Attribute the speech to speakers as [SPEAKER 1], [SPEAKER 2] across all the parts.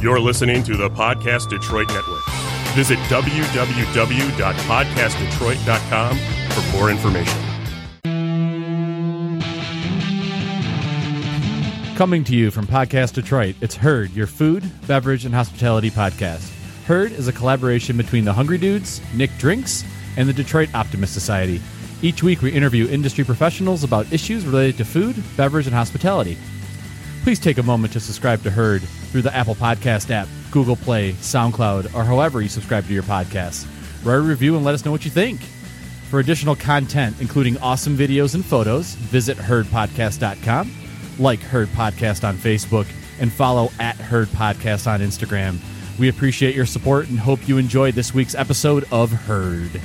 [SPEAKER 1] You're listening to the Podcast Detroit Network. Visit www.podcastdetroit.com for more information.
[SPEAKER 2] Coming to you from Podcast Detroit, it's Herd, your food, beverage, and hospitality podcast. Herd is a collaboration between the Hungry Dudes, Nick Drinks, and the Detroit Optimist Society. Each week, we interview industry professionals about issues related to food, beverage, and hospitality. Please take a moment to subscribe to Herd through the Apple Podcast app, Google Play, SoundCloud, or however you subscribe to your podcasts. Write a review and let us know what you think. For additional content, including awesome videos and photos, visit herdpodcast.com, like Herd Podcast on Facebook, and follow at Herd Podcast on Instagram. We appreciate your support and hope you enjoyed this week's episode of Herd.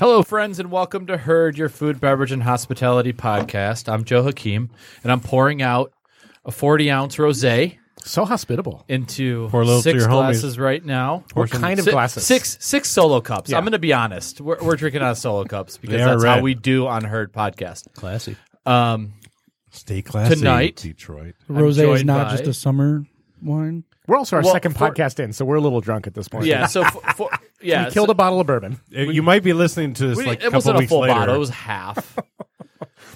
[SPEAKER 2] Hello, friends, and welcome to Herd, your food, beverage, and hospitality podcast. I'm Joe Hakeem, and I'm pouring out a 40 ounce rose
[SPEAKER 3] So hospitable.
[SPEAKER 2] into
[SPEAKER 4] a little to
[SPEAKER 2] six
[SPEAKER 4] your homies.
[SPEAKER 2] glasses right now.
[SPEAKER 3] What kind of
[SPEAKER 2] Si-
[SPEAKER 3] glasses?
[SPEAKER 2] Six six solo cups.
[SPEAKER 3] Yeah.
[SPEAKER 2] I'm going to be honest. We're, we're drinking out of solo cups because
[SPEAKER 4] They are
[SPEAKER 2] that's how
[SPEAKER 4] red.
[SPEAKER 2] we do on Herd Podcast.
[SPEAKER 3] Classy.
[SPEAKER 2] Um,
[SPEAKER 4] Stay classy,
[SPEAKER 2] Tonight.
[SPEAKER 4] Detroit.
[SPEAKER 5] Rose
[SPEAKER 2] joined
[SPEAKER 5] is not
[SPEAKER 2] by-
[SPEAKER 5] just a summer wine.
[SPEAKER 3] We're also our
[SPEAKER 2] Well,
[SPEAKER 3] second
[SPEAKER 2] for-
[SPEAKER 3] podcast in, so we're a little drunk at this point.
[SPEAKER 2] yeah. So for, for, yeah,
[SPEAKER 3] we killed
[SPEAKER 2] so-
[SPEAKER 3] a bottle of bourbon.
[SPEAKER 4] Uh, you might be listening to this
[SPEAKER 2] we-
[SPEAKER 4] like a
[SPEAKER 2] it
[SPEAKER 4] couple
[SPEAKER 2] wasn't a
[SPEAKER 4] weeks
[SPEAKER 2] full
[SPEAKER 4] later.
[SPEAKER 2] bottle. It was half.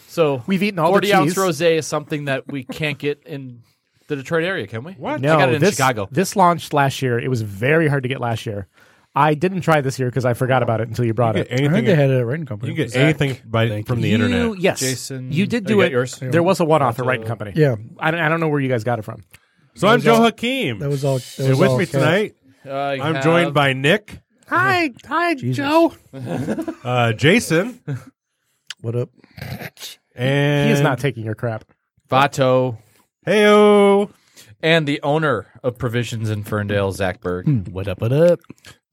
[SPEAKER 2] So
[SPEAKER 3] We've eaten all the
[SPEAKER 2] 40 ounce
[SPEAKER 3] cheese.
[SPEAKER 2] rose is something that we can't get in the Detroit area, can we? What?
[SPEAKER 3] No,
[SPEAKER 2] I got it in
[SPEAKER 3] this,
[SPEAKER 2] Chicago.
[SPEAKER 3] This launched last year. It was very hard to get last year. I didn't try this year because I forgot about it until you brought
[SPEAKER 4] You
[SPEAKER 3] it.
[SPEAKER 4] get
[SPEAKER 5] I
[SPEAKER 4] anything,
[SPEAKER 5] heard they had it at Writing
[SPEAKER 4] you
[SPEAKER 5] Company.
[SPEAKER 4] get anything by, from the
[SPEAKER 3] You,
[SPEAKER 4] internet.
[SPEAKER 3] yes,
[SPEAKER 2] Jason-
[SPEAKER 3] you did
[SPEAKER 2] Oh,
[SPEAKER 3] do
[SPEAKER 2] you got
[SPEAKER 3] it.
[SPEAKER 2] yours?
[SPEAKER 3] There was a one-off at Wright Company.
[SPEAKER 5] Yeah.
[SPEAKER 3] I don't, I don't know where you guys got it from.
[SPEAKER 4] So I'm Joe Hakeem.
[SPEAKER 5] That was all. That
[SPEAKER 4] You're
[SPEAKER 5] was
[SPEAKER 4] with
[SPEAKER 5] all
[SPEAKER 4] me
[SPEAKER 5] cash.
[SPEAKER 4] tonight.
[SPEAKER 2] Uh, I
[SPEAKER 4] I'm
[SPEAKER 2] have-
[SPEAKER 4] joined by Nick,
[SPEAKER 3] Hi, hi, Joe.
[SPEAKER 4] uh, Jason,
[SPEAKER 5] What up?
[SPEAKER 4] and
[SPEAKER 3] He is not taking your crap.
[SPEAKER 2] Vato
[SPEAKER 4] Heyo.
[SPEAKER 2] and the owner of Provisions in Ferndale, Zach Berg.
[SPEAKER 5] What up? What up?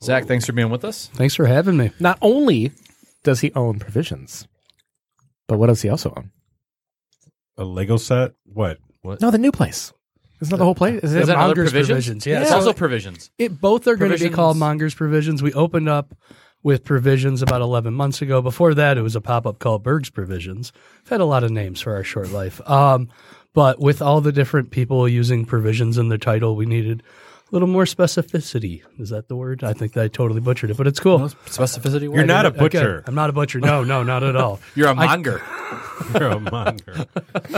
[SPEAKER 2] Zach, thanks for being with us.
[SPEAKER 5] Thanks for having me.
[SPEAKER 3] Not only does he own provisions, but what does he also own?
[SPEAKER 4] A Lego set. What?
[SPEAKER 3] No, the new place. Isn't that the whole place? Is it
[SPEAKER 2] Is that another
[SPEAKER 5] Monger's
[SPEAKER 2] provision?
[SPEAKER 5] Provisions, yeah.
[SPEAKER 2] It's
[SPEAKER 5] So-
[SPEAKER 2] also provisions.
[SPEAKER 5] It both are going to be
[SPEAKER 2] Provisions.
[SPEAKER 5] called Monger's Provisions. We opened up with Provisions about 11 months ago. Before that, it was a pop up called Berg's Provisions. We've had a lot of names for our short life. Um, but with all the different people using provisions in their title, we needed a little more specificity. Is that the word? I think that I totally butchered it, but it's cool.
[SPEAKER 2] Specificity.
[SPEAKER 4] You're not a
[SPEAKER 5] Okay,
[SPEAKER 4] butcher.
[SPEAKER 5] I'm not a butcher. No, no, not at all.
[SPEAKER 2] You're a monger.
[SPEAKER 4] You're a monger.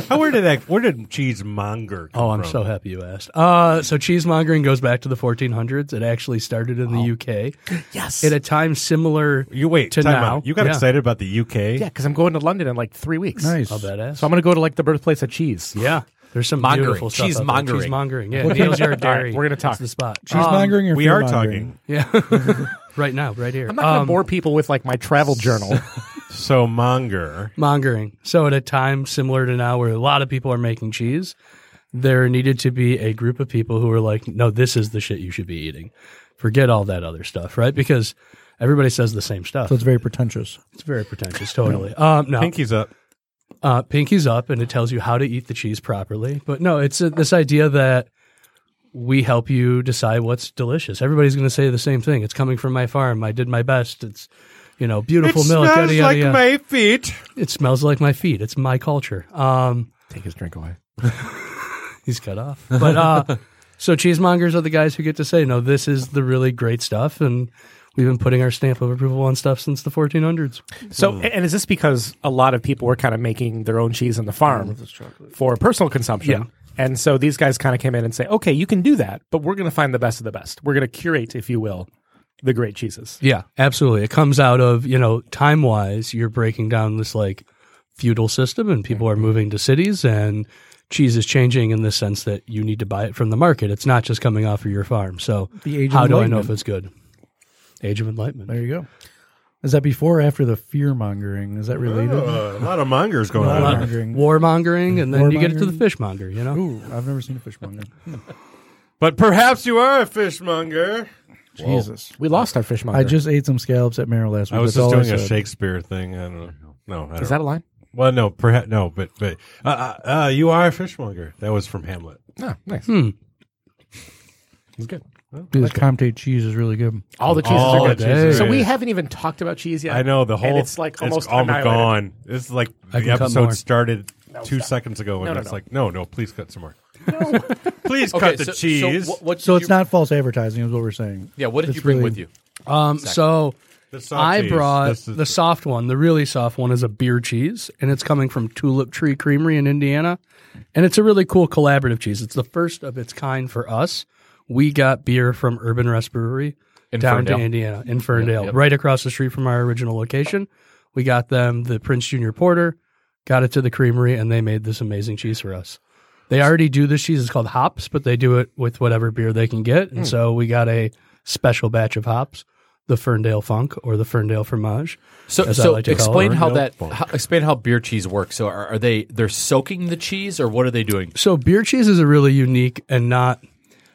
[SPEAKER 4] How where did that? Where did cheese monger? Come
[SPEAKER 5] Oh, I'm
[SPEAKER 4] from?
[SPEAKER 5] so happy you asked. Uh, so cheesemongering goes back to the 1400s. It actually started in the UK. Yes. At a time similar
[SPEAKER 4] You wait.
[SPEAKER 5] to
[SPEAKER 4] time
[SPEAKER 5] now.
[SPEAKER 4] out. You got
[SPEAKER 5] Yeah.
[SPEAKER 4] excited about the UK.
[SPEAKER 3] Yeah, because I'm going to London in like three weeks.
[SPEAKER 5] How Oh, badass.
[SPEAKER 3] So I'm going to go to like the birthplace of cheese.
[SPEAKER 5] yeah. There's some
[SPEAKER 2] Mongering.
[SPEAKER 5] beautiful stuff. out there.
[SPEAKER 2] Cheesemongering.
[SPEAKER 5] Cheesemongering. Yeah. Neil's Yard
[SPEAKER 3] All right,
[SPEAKER 5] Dairy.
[SPEAKER 3] we're gonna
[SPEAKER 5] It's
[SPEAKER 3] talk.
[SPEAKER 5] the spot. Um, Um,
[SPEAKER 4] We are talking.
[SPEAKER 5] yeah. right now, right here. Uh,
[SPEAKER 3] I'm not going to bore people with like my travel journal.
[SPEAKER 4] So monger.
[SPEAKER 5] mongering. So at a time similar to now where a lot of people are making cheese, there needed to be a group of people who were like, no, this is the shit you should be eating. Forget all that other stuff, right? Because everybody says the same stuff. So it's very pretentious. It's very pretentious, totally. Um, no,
[SPEAKER 4] Pinky's up.
[SPEAKER 5] uh, Pinky's up, and it tells you how to eat the cheese properly. But no, it's uh this idea that we help you decide what's delicious. Everybody's going to say the same thing. It's coming from my farm. I did my best. It's you know beautiful milk. yada, yada, yada.
[SPEAKER 4] my feet.
[SPEAKER 5] it smells like my feet. It's my culture. Um,
[SPEAKER 3] Take his drink away.
[SPEAKER 5] he's cut off. But uh, so cheesemongers are the guys who get to say, no, this is the really great stuff, and we've been putting our stamp of approval on stuff since the 1400s.
[SPEAKER 3] So,
[SPEAKER 4] Mm.
[SPEAKER 3] and is this because a lot of people were kind of making their own cheese on the
[SPEAKER 4] Mm,
[SPEAKER 3] farm for personal consumption?
[SPEAKER 5] Yeah.
[SPEAKER 3] And so these guys kind of came in and say, okay, you can do that, but we're going to find the best of the best. We're going to curate, if you will, the great cheeses.
[SPEAKER 5] Yeah, absolutely. It comes out of, you know, time wise, you're breaking down this like feudal system and people are moving to cities and cheese is changing in the sense that you need to buy it from the market. It's not just coming off of your farm. So
[SPEAKER 6] The Age of
[SPEAKER 5] how do I know
[SPEAKER 6] Enlightenment.
[SPEAKER 5] if it's good? Age of Enlightenment.
[SPEAKER 6] There you go. Is that before or after the fear mongering? Is that related?
[SPEAKER 4] Uh, a lot of mongers going
[SPEAKER 6] Lot
[SPEAKER 4] on.
[SPEAKER 6] of- Warmongering.
[SPEAKER 5] Warmongering, and then you get it to the
[SPEAKER 6] Warmongering.
[SPEAKER 5] fishmonger, you know?
[SPEAKER 6] Ooh, I've never seen a fishmonger.
[SPEAKER 4] But perhaps you are a fishmonger.
[SPEAKER 6] Jesus.
[SPEAKER 3] We lost our fishmonger.
[SPEAKER 6] I just ate some scallops at Merrill last week.
[SPEAKER 4] I was
[SPEAKER 6] That's
[SPEAKER 4] just
[SPEAKER 6] all
[SPEAKER 4] doing a
[SPEAKER 6] said.
[SPEAKER 4] Shakespeare thing. I don't know. No, I don't.
[SPEAKER 3] is that a line?
[SPEAKER 4] well, no, perhaps no, but but uh, uh,
[SPEAKER 3] Hmm.
[SPEAKER 4] uh, you are a fishmonger. That was from Hamlet.
[SPEAKER 3] No, nice. It's good.
[SPEAKER 6] Dude, this Comté cheese is really good.
[SPEAKER 3] All the cheeses
[SPEAKER 4] All
[SPEAKER 3] are good.
[SPEAKER 4] the cheeses
[SPEAKER 3] So
[SPEAKER 4] are
[SPEAKER 3] we
[SPEAKER 4] good.
[SPEAKER 3] haven't even talked about cheese yet.
[SPEAKER 4] Oh, I know the whole.
[SPEAKER 3] And it's like almost
[SPEAKER 4] all
[SPEAKER 3] annihilated.
[SPEAKER 4] gone. It's like
[SPEAKER 5] I
[SPEAKER 4] the
[SPEAKER 5] can cut more.
[SPEAKER 4] episode started two
[SPEAKER 3] stop.
[SPEAKER 4] seconds ago, and
[SPEAKER 3] no,
[SPEAKER 4] it's
[SPEAKER 3] no.
[SPEAKER 4] like, no, no, please cut some more. please
[SPEAKER 2] Okay,
[SPEAKER 4] cut the
[SPEAKER 2] so,
[SPEAKER 4] cheese.
[SPEAKER 2] So, what, what
[SPEAKER 6] So
[SPEAKER 2] did
[SPEAKER 6] it's
[SPEAKER 2] you-
[SPEAKER 6] not false advertising, is what we're saying.
[SPEAKER 2] Yeah, what did
[SPEAKER 6] It's
[SPEAKER 2] you bring
[SPEAKER 6] really-
[SPEAKER 2] with you?
[SPEAKER 5] Um, so
[SPEAKER 4] The soft
[SPEAKER 5] I
[SPEAKER 4] cheese.
[SPEAKER 5] brought
[SPEAKER 4] This is
[SPEAKER 5] the soft one. The really soft one is a beer cheese, and it's coming from Tulip Tree Creamery in Indiana. And it's a really cool collaborative cheese. It's the first of its kind for us. We got beer from Urban Rest Brewery
[SPEAKER 2] In
[SPEAKER 5] down
[SPEAKER 2] Ferndale.
[SPEAKER 5] to Indiana in Ferndale,
[SPEAKER 2] yep.
[SPEAKER 5] right across the street from our original location. We got them the Prince Junior Porter, got it to the creamery, and they made this amazing cheese for us. They already do this cheese. It's called hops, but they do it with whatever beer they can get. And
[SPEAKER 2] Hmm.
[SPEAKER 5] so we got a special batch of hops, the Ferndale Funk or the Ferndale Fromage.
[SPEAKER 2] So,
[SPEAKER 5] as I
[SPEAKER 2] so
[SPEAKER 5] like to call
[SPEAKER 2] explain
[SPEAKER 5] it.
[SPEAKER 2] how that how, explain how beer cheese works. So are, are they they're soaking the cheese or what are they doing?
[SPEAKER 5] So beer cheese is a really unique and not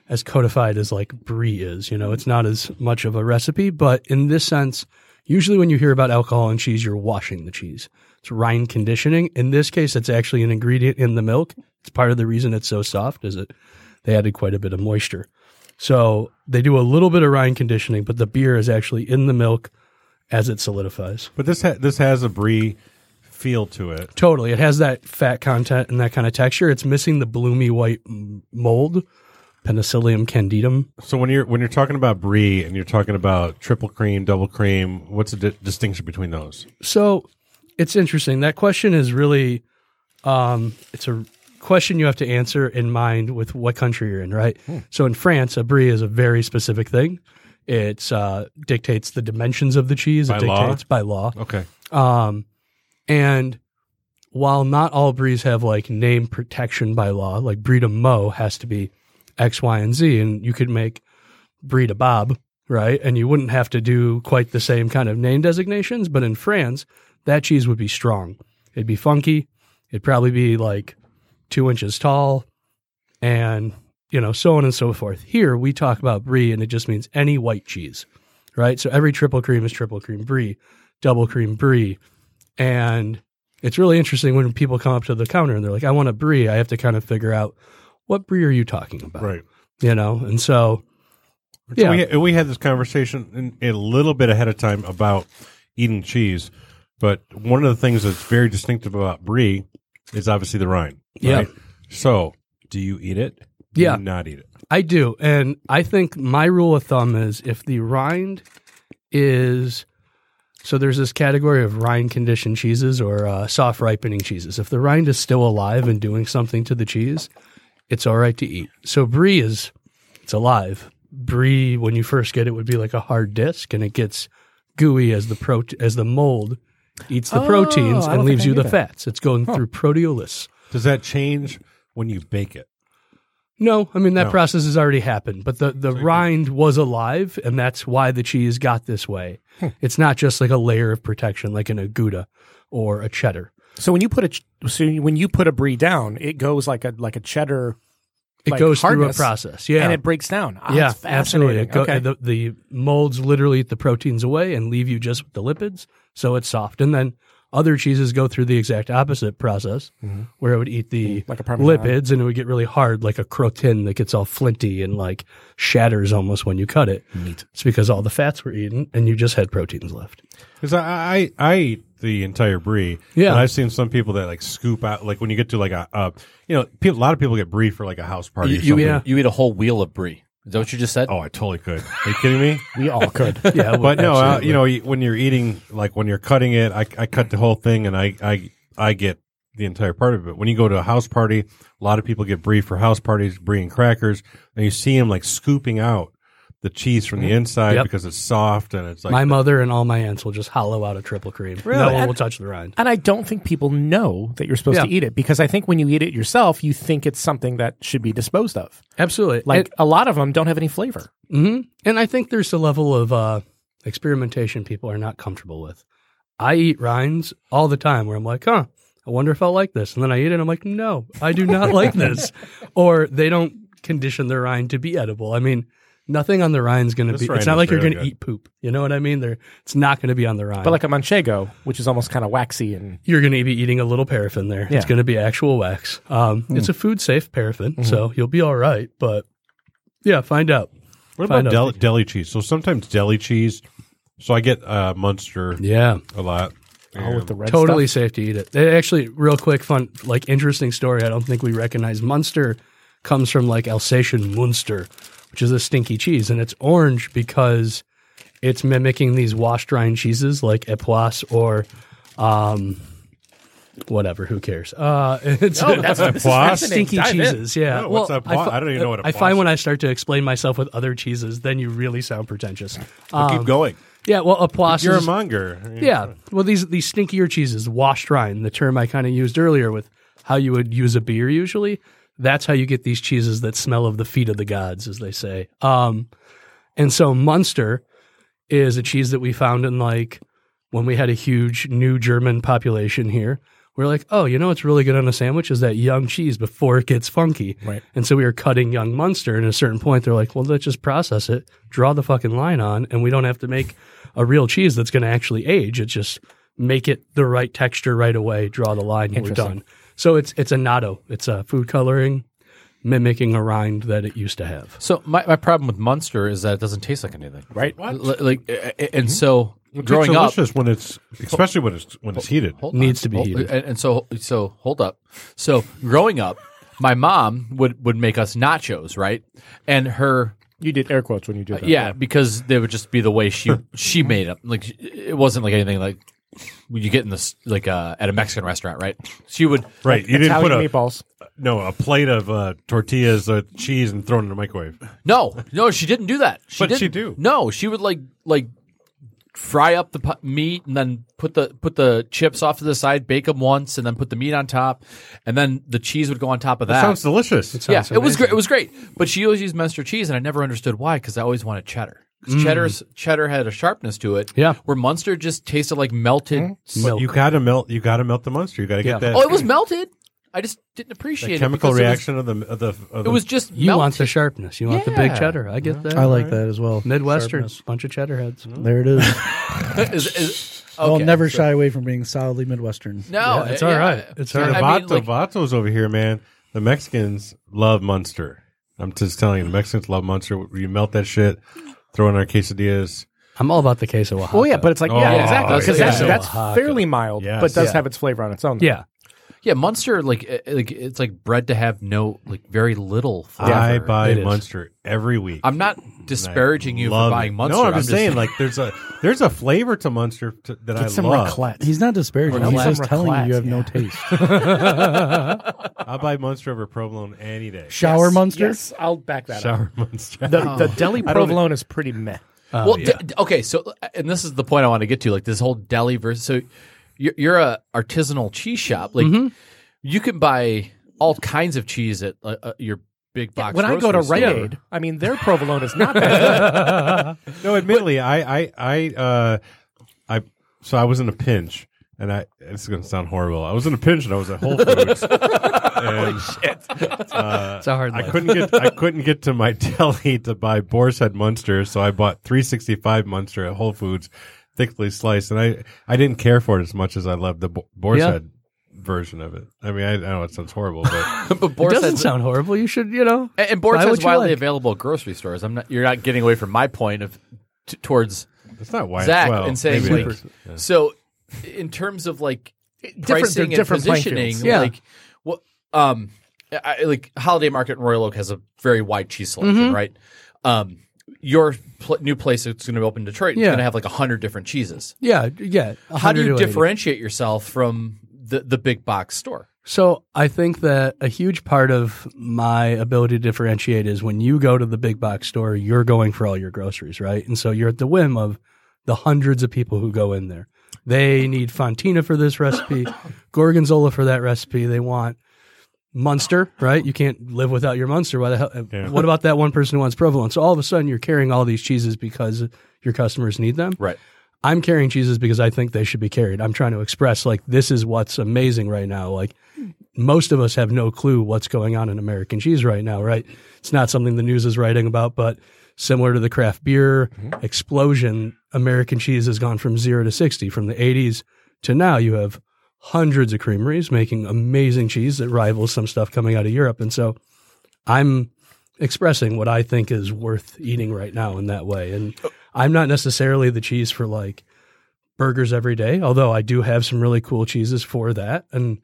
[SPEAKER 5] as codified as like brie is. You know, it's not as much of a recipe, but in this sense, usually when you hear about alcohol and cheese, you're washing the cheese. It's rind conditioning. In this case, it's actually an ingredient in the milk. It's part of the reason it's so soft is it they added quite a bit of moisture. So they do a little bit of rind conditioning, but the beer is actually in the milk as it solidifies.
[SPEAKER 4] But this ha- this has a brie feel to it.
[SPEAKER 5] Totally. It has that fat content and that kind of texture. It's missing the bloomy white m- mold, Penicillium candidum.
[SPEAKER 4] So when you're when you're talking about brie and you're talking about triple cream, double cream, what's the di- distinction between those?
[SPEAKER 5] So it's interesting. That question is really, um, it's a question you have to answer in mind with what country you're in, right?
[SPEAKER 4] Hmm.
[SPEAKER 5] So in France, a brie is a very specific thing. It uh, dictates the dimensions of the cheese.
[SPEAKER 4] By
[SPEAKER 5] it
[SPEAKER 4] law?
[SPEAKER 5] dictates by law.
[SPEAKER 4] Okay,
[SPEAKER 5] Um, and while not all breeds have like name protection by law, like breed of Mo has to be X, Y, and Z, and you could make breed of Bob, right? And you wouldn't have to do quite the same kind of name designations. But in France, that cheese would be strong. It'd be funky. It'd probably be like two inches tall, and you know, so on and so forth. Here we talk about brie, and it just means any white cheese, right? So every triple cream is triple cream brie, double cream brie, and it's really interesting when people come up to the counter and they're like, "I want a brie." I have to kind of figure out what brie are you talking about,
[SPEAKER 4] right.
[SPEAKER 5] You know, and so
[SPEAKER 4] So
[SPEAKER 5] yeah,
[SPEAKER 4] we, we had this conversation in, a little bit ahead of time about eating cheese, but one of the things that's very distinctive about brie is obviously the rind.
[SPEAKER 5] Yeah.
[SPEAKER 4] So, do you eat it? Do
[SPEAKER 5] Yeah.
[SPEAKER 4] You not eat it.
[SPEAKER 5] I do, and I think my rule of thumb is if the rind is so there's this category of rind conditioned cheeses or uh, soft ripening cheeses. If the rind is still alive and doing something to the cheese, it's all right to eat. So brie is it's alive. Brie, when you first get it, would be like a hard disc, and it gets gooey as the pro as the mold eats the proteins and leaves you the fats. It's going through proteolysis.
[SPEAKER 4] Does that change when you bake it?
[SPEAKER 5] No, I mean that process has already happened, but the the rind was alive, and that's why the cheese got this way.
[SPEAKER 3] Hmm.
[SPEAKER 5] It's not just like a layer of protection, like an Aguda or a cheddar.
[SPEAKER 3] So when you put a ch- so when you put a brie down, it goes like a like a cheddar.
[SPEAKER 5] It
[SPEAKER 3] like,
[SPEAKER 5] goes
[SPEAKER 3] hardness,
[SPEAKER 5] through a process, yeah,
[SPEAKER 3] and it breaks down. Ah,
[SPEAKER 5] yeah,
[SPEAKER 3] it's
[SPEAKER 5] absolutely.
[SPEAKER 3] fascinating.
[SPEAKER 5] It go-
[SPEAKER 3] okay.
[SPEAKER 5] the, the molds literally eat the proteins away and leave you just with the lipids, so it's soft. And then other cheeses go through the exact opposite process, where it would eat the
[SPEAKER 3] Like a parmesan.
[SPEAKER 5] lipids and it would get really hard, like a crotin that gets all flinty and like shatters almost when you cut it. It's because all the fats were eaten and you just had proteins left.
[SPEAKER 4] Because I, I I eat the entire brie.
[SPEAKER 5] Yeah.
[SPEAKER 4] and I've seen some people that like scoop out like when you get to like a, a you know peop a lot of people get brie for like a house party. or
[SPEAKER 2] You, you,
[SPEAKER 4] something.
[SPEAKER 2] eat, you eat a whole wheel of brie. Is that what you just said?
[SPEAKER 4] Oh, I totally could. Are you kidding me?
[SPEAKER 3] we all could.
[SPEAKER 5] Yeah,
[SPEAKER 4] but no, uh,
[SPEAKER 5] absolutely.
[SPEAKER 4] you know, you- when you're eating, like when you're cutting it, I, I cut the whole thing and I, I, I get the entire part of it. When you go to a house party, a lot of people get brie for house parties, brie and crackers, and you see them like scooping out the cheese from the inside
[SPEAKER 5] Mm-hmm. Yep.
[SPEAKER 4] because it's soft and it's like
[SPEAKER 5] my mother and all my aunts will just hollow out a triple cream. No one will touch the rind.
[SPEAKER 3] And I don't think people know that you're supposed
[SPEAKER 5] Yeah.
[SPEAKER 3] to eat it because I think when you eat it yourself, you think it's something that should be disposed of.
[SPEAKER 5] Absolutely,
[SPEAKER 3] Like a lot of them don't have any flavor.
[SPEAKER 5] hmm And I think there's a level of uh, experimentation people are not comfortable with. I eat rinds all the time where I'm like, huh, I wonder if I'll like this. And then I eat it and I'm like, no, I do not like this. Or they don't condition their rind to be edible. I mean, nothing on the rind's going to
[SPEAKER 4] This
[SPEAKER 5] be,
[SPEAKER 4] rind
[SPEAKER 5] it's not
[SPEAKER 4] is
[SPEAKER 5] like you're
[SPEAKER 4] really
[SPEAKER 5] going to
[SPEAKER 4] good.
[SPEAKER 5] eat poop. You know what I mean? They're, it's not going to be on the rind.
[SPEAKER 3] But like a manchego, which is almost kind of waxy and
[SPEAKER 5] you're going to be eating a little paraffin there. It's
[SPEAKER 3] Yeah.
[SPEAKER 5] going to be actual wax.
[SPEAKER 4] Hmm. Mm-hmm.
[SPEAKER 5] Um, It's a food safe paraffin, so you'll be all right. But yeah, find out.
[SPEAKER 4] What
[SPEAKER 5] Find
[SPEAKER 4] about
[SPEAKER 5] out
[SPEAKER 4] deli, deli cheese? So sometimes deli cheese. So I get uh, Munster
[SPEAKER 5] Yeah.
[SPEAKER 4] a lot.
[SPEAKER 3] Oh, with the red
[SPEAKER 5] Totally
[SPEAKER 3] stuff?
[SPEAKER 5] safe to eat it. They actually, real quick, fun, like interesting story. I don't think we recognize Munster comes from like Alsatian Munster, which is a stinky cheese, and it's orange because it's mimicking these washed rind cheeses like Epoisse or um, whatever. Who cares? Uh, it's
[SPEAKER 3] that's- this is
[SPEAKER 4] Epoisse?
[SPEAKER 3] fascinating.
[SPEAKER 5] stinky
[SPEAKER 3] Dive in.
[SPEAKER 5] cheeses. Yeah.
[SPEAKER 4] No, what's Epoisse?
[SPEAKER 5] fi-
[SPEAKER 4] I don't even know what
[SPEAKER 5] I
[SPEAKER 4] Epoisse
[SPEAKER 5] find when I start to explain myself with other cheeses, then you really sound pretentious.
[SPEAKER 7] Well,
[SPEAKER 2] Um,
[SPEAKER 7] keep going.
[SPEAKER 5] Yeah. Well, Epoisse.
[SPEAKER 4] You're a
[SPEAKER 5] is-
[SPEAKER 4] monger.
[SPEAKER 5] yeah. Well, these these stinkier cheeses, washed rind, the term I kind of used earlier with how you would use a beer usually. That's how you get these cheeses that smell of the feet of the gods, as they say. Um, and so Munster is a cheese that we found in like when we had a huge new German population here. We are like, oh, you know what's really good on a sandwich is that young cheese before it gets funky.
[SPEAKER 3] Right.
[SPEAKER 5] And so we were cutting young Munster, and at a certain point, they're like, well, let's just process it, draw the fucking line on, and we don't have to make a real cheese that's going to actually age. It's just make it the right texture right away, draw the line, and we're done. So it's it's a natto. It's a food coloring mimicking a rind that it used to have.
[SPEAKER 2] So my, my problem with Munster is that it doesn't taste like anything.
[SPEAKER 3] Right.
[SPEAKER 2] L- like uh, uh, and so
[SPEAKER 4] It's
[SPEAKER 2] growing up
[SPEAKER 4] delicious when it's, especially when it's when it's heated.
[SPEAKER 2] hold
[SPEAKER 5] Needs to be
[SPEAKER 2] Hold-
[SPEAKER 5] heated.
[SPEAKER 2] And, and so so hold up. So growing up, my mom would would make us nachos, right? And her
[SPEAKER 3] You did air quotes when you
[SPEAKER 5] Uh,
[SPEAKER 3] did that.
[SPEAKER 2] yeah, because they would just be the way she she made them. Like it wasn't like anything like when you get in this like uh, at a Mexican restaurant, right? She would
[SPEAKER 4] Right. You didn't put
[SPEAKER 3] Italian
[SPEAKER 4] a
[SPEAKER 3] meatballs.
[SPEAKER 4] no a plate of uh, tortillas, uh, cheese, and throw it in the microwave.
[SPEAKER 2] No, no, she didn't do that. She
[SPEAKER 4] But
[SPEAKER 2] didn't.
[SPEAKER 4] she do.
[SPEAKER 2] No, she would like like fry up the pu- meat and then put the put the chips off to the side, bake them once, and then put the meat on top, and then the cheese would go on top of that.
[SPEAKER 4] Sounds delicious.
[SPEAKER 2] yeah, it was great. It was great. But she always used Munster cheese, and I never understood why because I always wanted cheddar. 'Cause Cheddar's cheddar had a sharpness to it.
[SPEAKER 5] Yeah.
[SPEAKER 2] where Munster just tasted like melted.
[SPEAKER 5] Milk.
[SPEAKER 4] You gotta melt. You gotta melt the monster. You gotta get that,
[SPEAKER 2] Oh, it was melted. I just didn't appreciate
[SPEAKER 4] that
[SPEAKER 2] it
[SPEAKER 4] chemical
[SPEAKER 2] because it was-
[SPEAKER 4] reaction of the of the. Of
[SPEAKER 2] It was just
[SPEAKER 5] you
[SPEAKER 2] melted.
[SPEAKER 5] want the sharpness. You want the big
[SPEAKER 2] Yeah.
[SPEAKER 5] cheddar. I get that.
[SPEAKER 6] I like that as well.
[SPEAKER 5] Midwestern,
[SPEAKER 6] Sharpness. Mm-hmm.
[SPEAKER 5] bunch of cheddar heads.
[SPEAKER 6] There it is.
[SPEAKER 2] Is- is-
[SPEAKER 6] I'll
[SPEAKER 2] okay,
[SPEAKER 6] never
[SPEAKER 2] so-
[SPEAKER 6] shy away from being solidly Midwestern.
[SPEAKER 2] No,
[SPEAKER 5] Yeah, it's
[SPEAKER 2] uh,
[SPEAKER 5] all
[SPEAKER 2] yeah.
[SPEAKER 5] right. It's all
[SPEAKER 2] I
[SPEAKER 4] the
[SPEAKER 5] right.
[SPEAKER 2] mean,
[SPEAKER 4] Vato,
[SPEAKER 2] like-
[SPEAKER 4] Vato's over here, man. The Mexicans love Munster. I'm just telling you, the Mexicans love Munster. You melt that shit, throw in our quesadillas.
[SPEAKER 5] I'm all about the queso Oaxaca.
[SPEAKER 3] Oh yeah, but it's like
[SPEAKER 4] Oh,
[SPEAKER 3] yeah, exactly.
[SPEAKER 2] that's-
[SPEAKER 3] Because that's,
[SPEAKER 2] yeah.
[SPEAKER 3] that's
[SPEAKER 5] Oaxaca.
[SPEAKER 3] fairly mild,
[SPEAKER 4] Yes.
[SPEAKER 3] but does
[SPEAKER 4] Yeah.
[SPEAKER 3] have its flavor on its own.
[SPEAKER 5] yeah,
[SPEAKER 2] Yeah, Munster like uh, like it's like bred to have no like very little flavor.
[SPEAKER 4] I buy
[SPEAKER 5] it is.
[SPEAKER 4] Munster every week.
[SPEAKER 2] I'm not
[SPEAKER 4] And I
[SPEAKER 2] disparaging you for
[SPEAKER 4] love
[SPEAKER 2] buying
[SPEAKER 4] it.
[SPEAKER 2] Munster.
[SPEAKER 4] No, I'm, just saying, like there's a there's a flavor to Munster to, that I
[SPEAKER 3] Get some
[SPEAKER 4] love.
[SPEAKER 3] raclette.
[SPEAKER 6] He's not disparaging. He's
[SPEAKER 3] Relax.
[SPEAKER 6] just telling you you have no
[SPEAKER 3] Relax,
[SPEAKER 6] taste.
[SPEAKER 4] I buy Munster over provolone any day.
[SPEAKER 6] Shower
[SPEAKER 3] Yes,
[SPEAKER 6] Munster.
[SPEAKER 3] Yes, I'll back that up.
[SPEAKER 4] Shower Munster.
[SPEAKER 3] The, the deli provolone is pretty meh.
[SPEAKER 5] Oh,
[SPEAKER 2] well, d- d- okay, so uh, and this is the point I want to get to, like this whole deli versus. So you're, you're a artisanal cheese shop, like
[SPEAKER 5] Mm-hmm.
[SPEAKER 2] you can buy all kinds of cheese at uh, uh, your big box.
[SPEAKER 3] When I go to
[SPEAKER 2] grocery
[SPEAKER 3] Rite
[SPEAKER 2] store.
[SPEAKER 3] Aid, I mean their provolone is not that.
[SPEAKER 4] No, admittedly, I, I, I, uh, I, so I was in a pinch, and I. This is going to sound horrible. I was in a pinch, and I was at Whole Foods. and,
[SPEAKER 5] it's a hard.
[SPEAKER 4] I
[SPEAKER 5] life.
[SPEAKER 4] couldn't get I couldn't get to my deli to buy Boar's Head Munster, so I bought 365 Munster at Whole Foods, thickly sliced, and I I didn't care for it as much as I loved the Bo- Boar's
[SPEAKER 5] Yeah.
[SPEAKER 4] Head version of it. I mean, I, I know it sounds horrible, but
[SPEAKER 2] but
[SPEAKER 5] It
[SPEAKER 2] Boris
[SPEAKER 5] doesn't
[SPEAKER 2] has-
[SPEAKER 5] sound horrible. You should, you know.
[SPEAKER 2] and- and Boris
[SPEAKER 5] buy what
[SPEAKER 2] has
[SPEAKER 5] you
[SPEAKER 2] widely
[SPEAKER 5] like.
[SPEAKER 2] available at grocery stores. I'm not. You're not getting away from my point of t- towards
[SPEAKER 4] it's not why.
[SPEAKER 2] Zach
[SPEAKER 4] well,
[SPEAKER 2] and saying
[SPEAKER 4] maybe it
[SPEAKER 2] like
[SPEAKER 4] is.
[SPEAKER 2] so in terms of like
[SPEAKER 3] they're
[SPEAKER 2] pricing and
[SPEAKER 3] different playing
[SPEAKER 2] positioning
[SPEAKER 3] fields.
[SPEAKER 5] Yeah.
[SPEAKER 2] like what um I, I- like Holiday Market in Royal Oak has a very wide cheese selection
[SPEAKER 3] Mm-hmm.
[SPEAKER 2] right um your pl- new place that's going to open in Detroit is
[SPEAKER 5] Yeah.
[SPEAKER 2] going to have like 100 different cheeses
[SPEAKER 5] Yeah, yeah.
[SPEAKER 2] how do
[SPEAKER 5] 100
[SPEAKER 2] you
[SPEAKER 5] to 80.
[SPEAKER 2] differentiate yourself from the the big box store
[SPEAKER 5] So I think that a huge part of my ability to differentiate is when you go to the big box store, you're going for all your groceries, right? And so you're at the whim of the hundreds of people who go in there. They need Fontina for this recipe, Gorgonzola for that recipe. They want Munster, right? You can't live without your Munster. Why the hell? What about that one person who wants provolone? So all of a sudden, you're carrying all these cheeses because your customers need them.
[SPEAKER 2] right
[SPEAKER 5] I'm carrying cheeses because I think they should be carried. I'm trying to express like this is what's amazing right now. Like most of us have no clue what's going on in American cheese right now, right? It's not something the news is writing about, but similar to the craft beer explosion, American cheese has gone from 0 to 60 from the 80s to now you have hundreds of creameries making amazing cheese that rivals some stuff coming out of Europe. And so I'm expressing what I think is worth eating right now in that way. And I'm not necessarily the cheese for like burgers every day, although I do have some really cool cheeses for that. And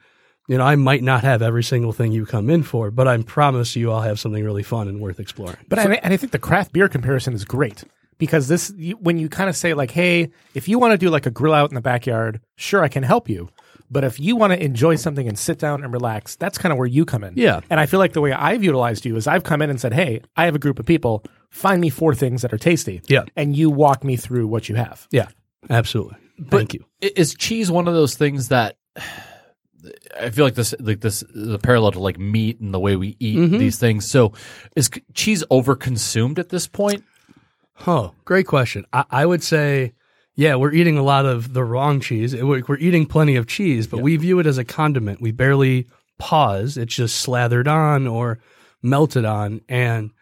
[SPEAKER 5] you know, I might not have every single thing you come in for, but I promise you I'll have something really fun and worth exploring.
[SPEAKER 3] But and I, and I think the craft beer comparison is great because this you- when you kind of say like, hey, if you want to do like a grill out in the backyard, sure, I can help you. But if you want to enjoy something and sit down and relax, that's kind of where you come in.
[SPEAKER 5] Yeah.
[SPEAKER 3] And I feel like the way I've utilized you is I've come in and said, hey, I have a group of people. Find me four things that are tasty.
[SPEAKER 5] Yeah.
[SPEAKER 3] And you walk me through what you have.
[SPEAKER 5] Yeah, absolutely. Thank you.
[SPEAKER 2] I- Is cheese one of those things that I feel like this like this is a parallel to like meat and the way we eat these things. So is c- cheese overconsumed at this point?
[SPEAKER 5] Huh. Great question. I, I would say, yeah, we're eating a lot of the wrong cheese. It- we're, we're eating plenty of cheese, but we view it as a condiment. We barely pause. It's just slathered on or melted on. And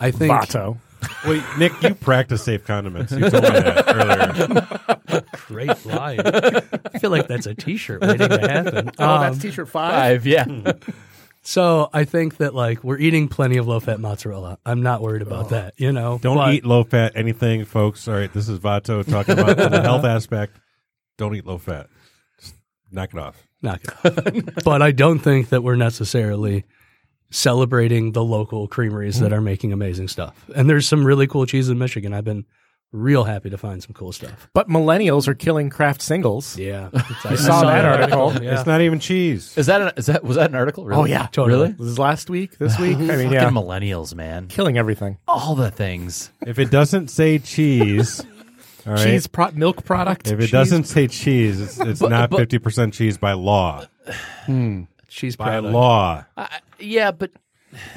[SPEAKER 5] I think
[SPEAKER 3] Vato.
[SPEAKER 4] Wait, Nick, you practice safe condiments. You told me that earlier.
[SPEAKER 5] great line. I feel like that's a T-shirt waiting to happen.
[SPEAKER 3] Oh,
[SPEAKER 5] Um,
[SPEAKER 3] that's t-shirt five.
[SPEAKER 2] I've yeah.
[SPEAKER 5] so I think that like we're eating plenty of low-fat mozzarella. I'm not worried about that. You know,
[SPEAKER 4] Don't
[SPEAKER 5] But-
[SPEAKER 4] eat low fat anything, folks. All right, this is Vato talking about from the health aspect. Don't eat low fat. Just knock it off.
[SPEAKER 5] Not good. but I don't think that we're necessarily celebrating the local creameries that are making amazing stuff. And there's some really cool cheese in Michigan. I've been real happy to find some cool stuff.
[SPEAKER 3] But millennials are killing craft singles.
[SPEAKER 5] Yeah.
[SPEAKER 3] I saw that article.
[SPEAKER 4] It's not even cheese.
[SPEAKER 2] Is that an, is that was that an article? Really?
[SPEAKER 3] Oh, yeah.
[SPEAKER 5] Totally.
[SPEAKER 2] Really?
[SPEAKER 3] This is last week, this week. I mean,
[SPEAKER 2] Fucking
[SPEAKER 3] yeah.
[SPEAKER 2] millennials, man.
[SPEAKER 3] Killing everything.
[SPEAKER 2] All the things.
[SPEAKER 4] If it doesn't say cheese, all right.
[SPEAKER 3] Cheese, pro- milk product.
[SPEAKER 4] if it
[SPEAKER 3] cheese
[SPEAKER 4] doesn't say cheese, it's, it's not
[SPEAKER 2] but-
[SPEAKER 4] fifty percent cheese by law.
[SPEAKER 5] Cheese
[SPEAKER 4] By
[SPEAKER 5] product.
[SPEAKER 4] law,
[SPEAKER 2] Yeah, but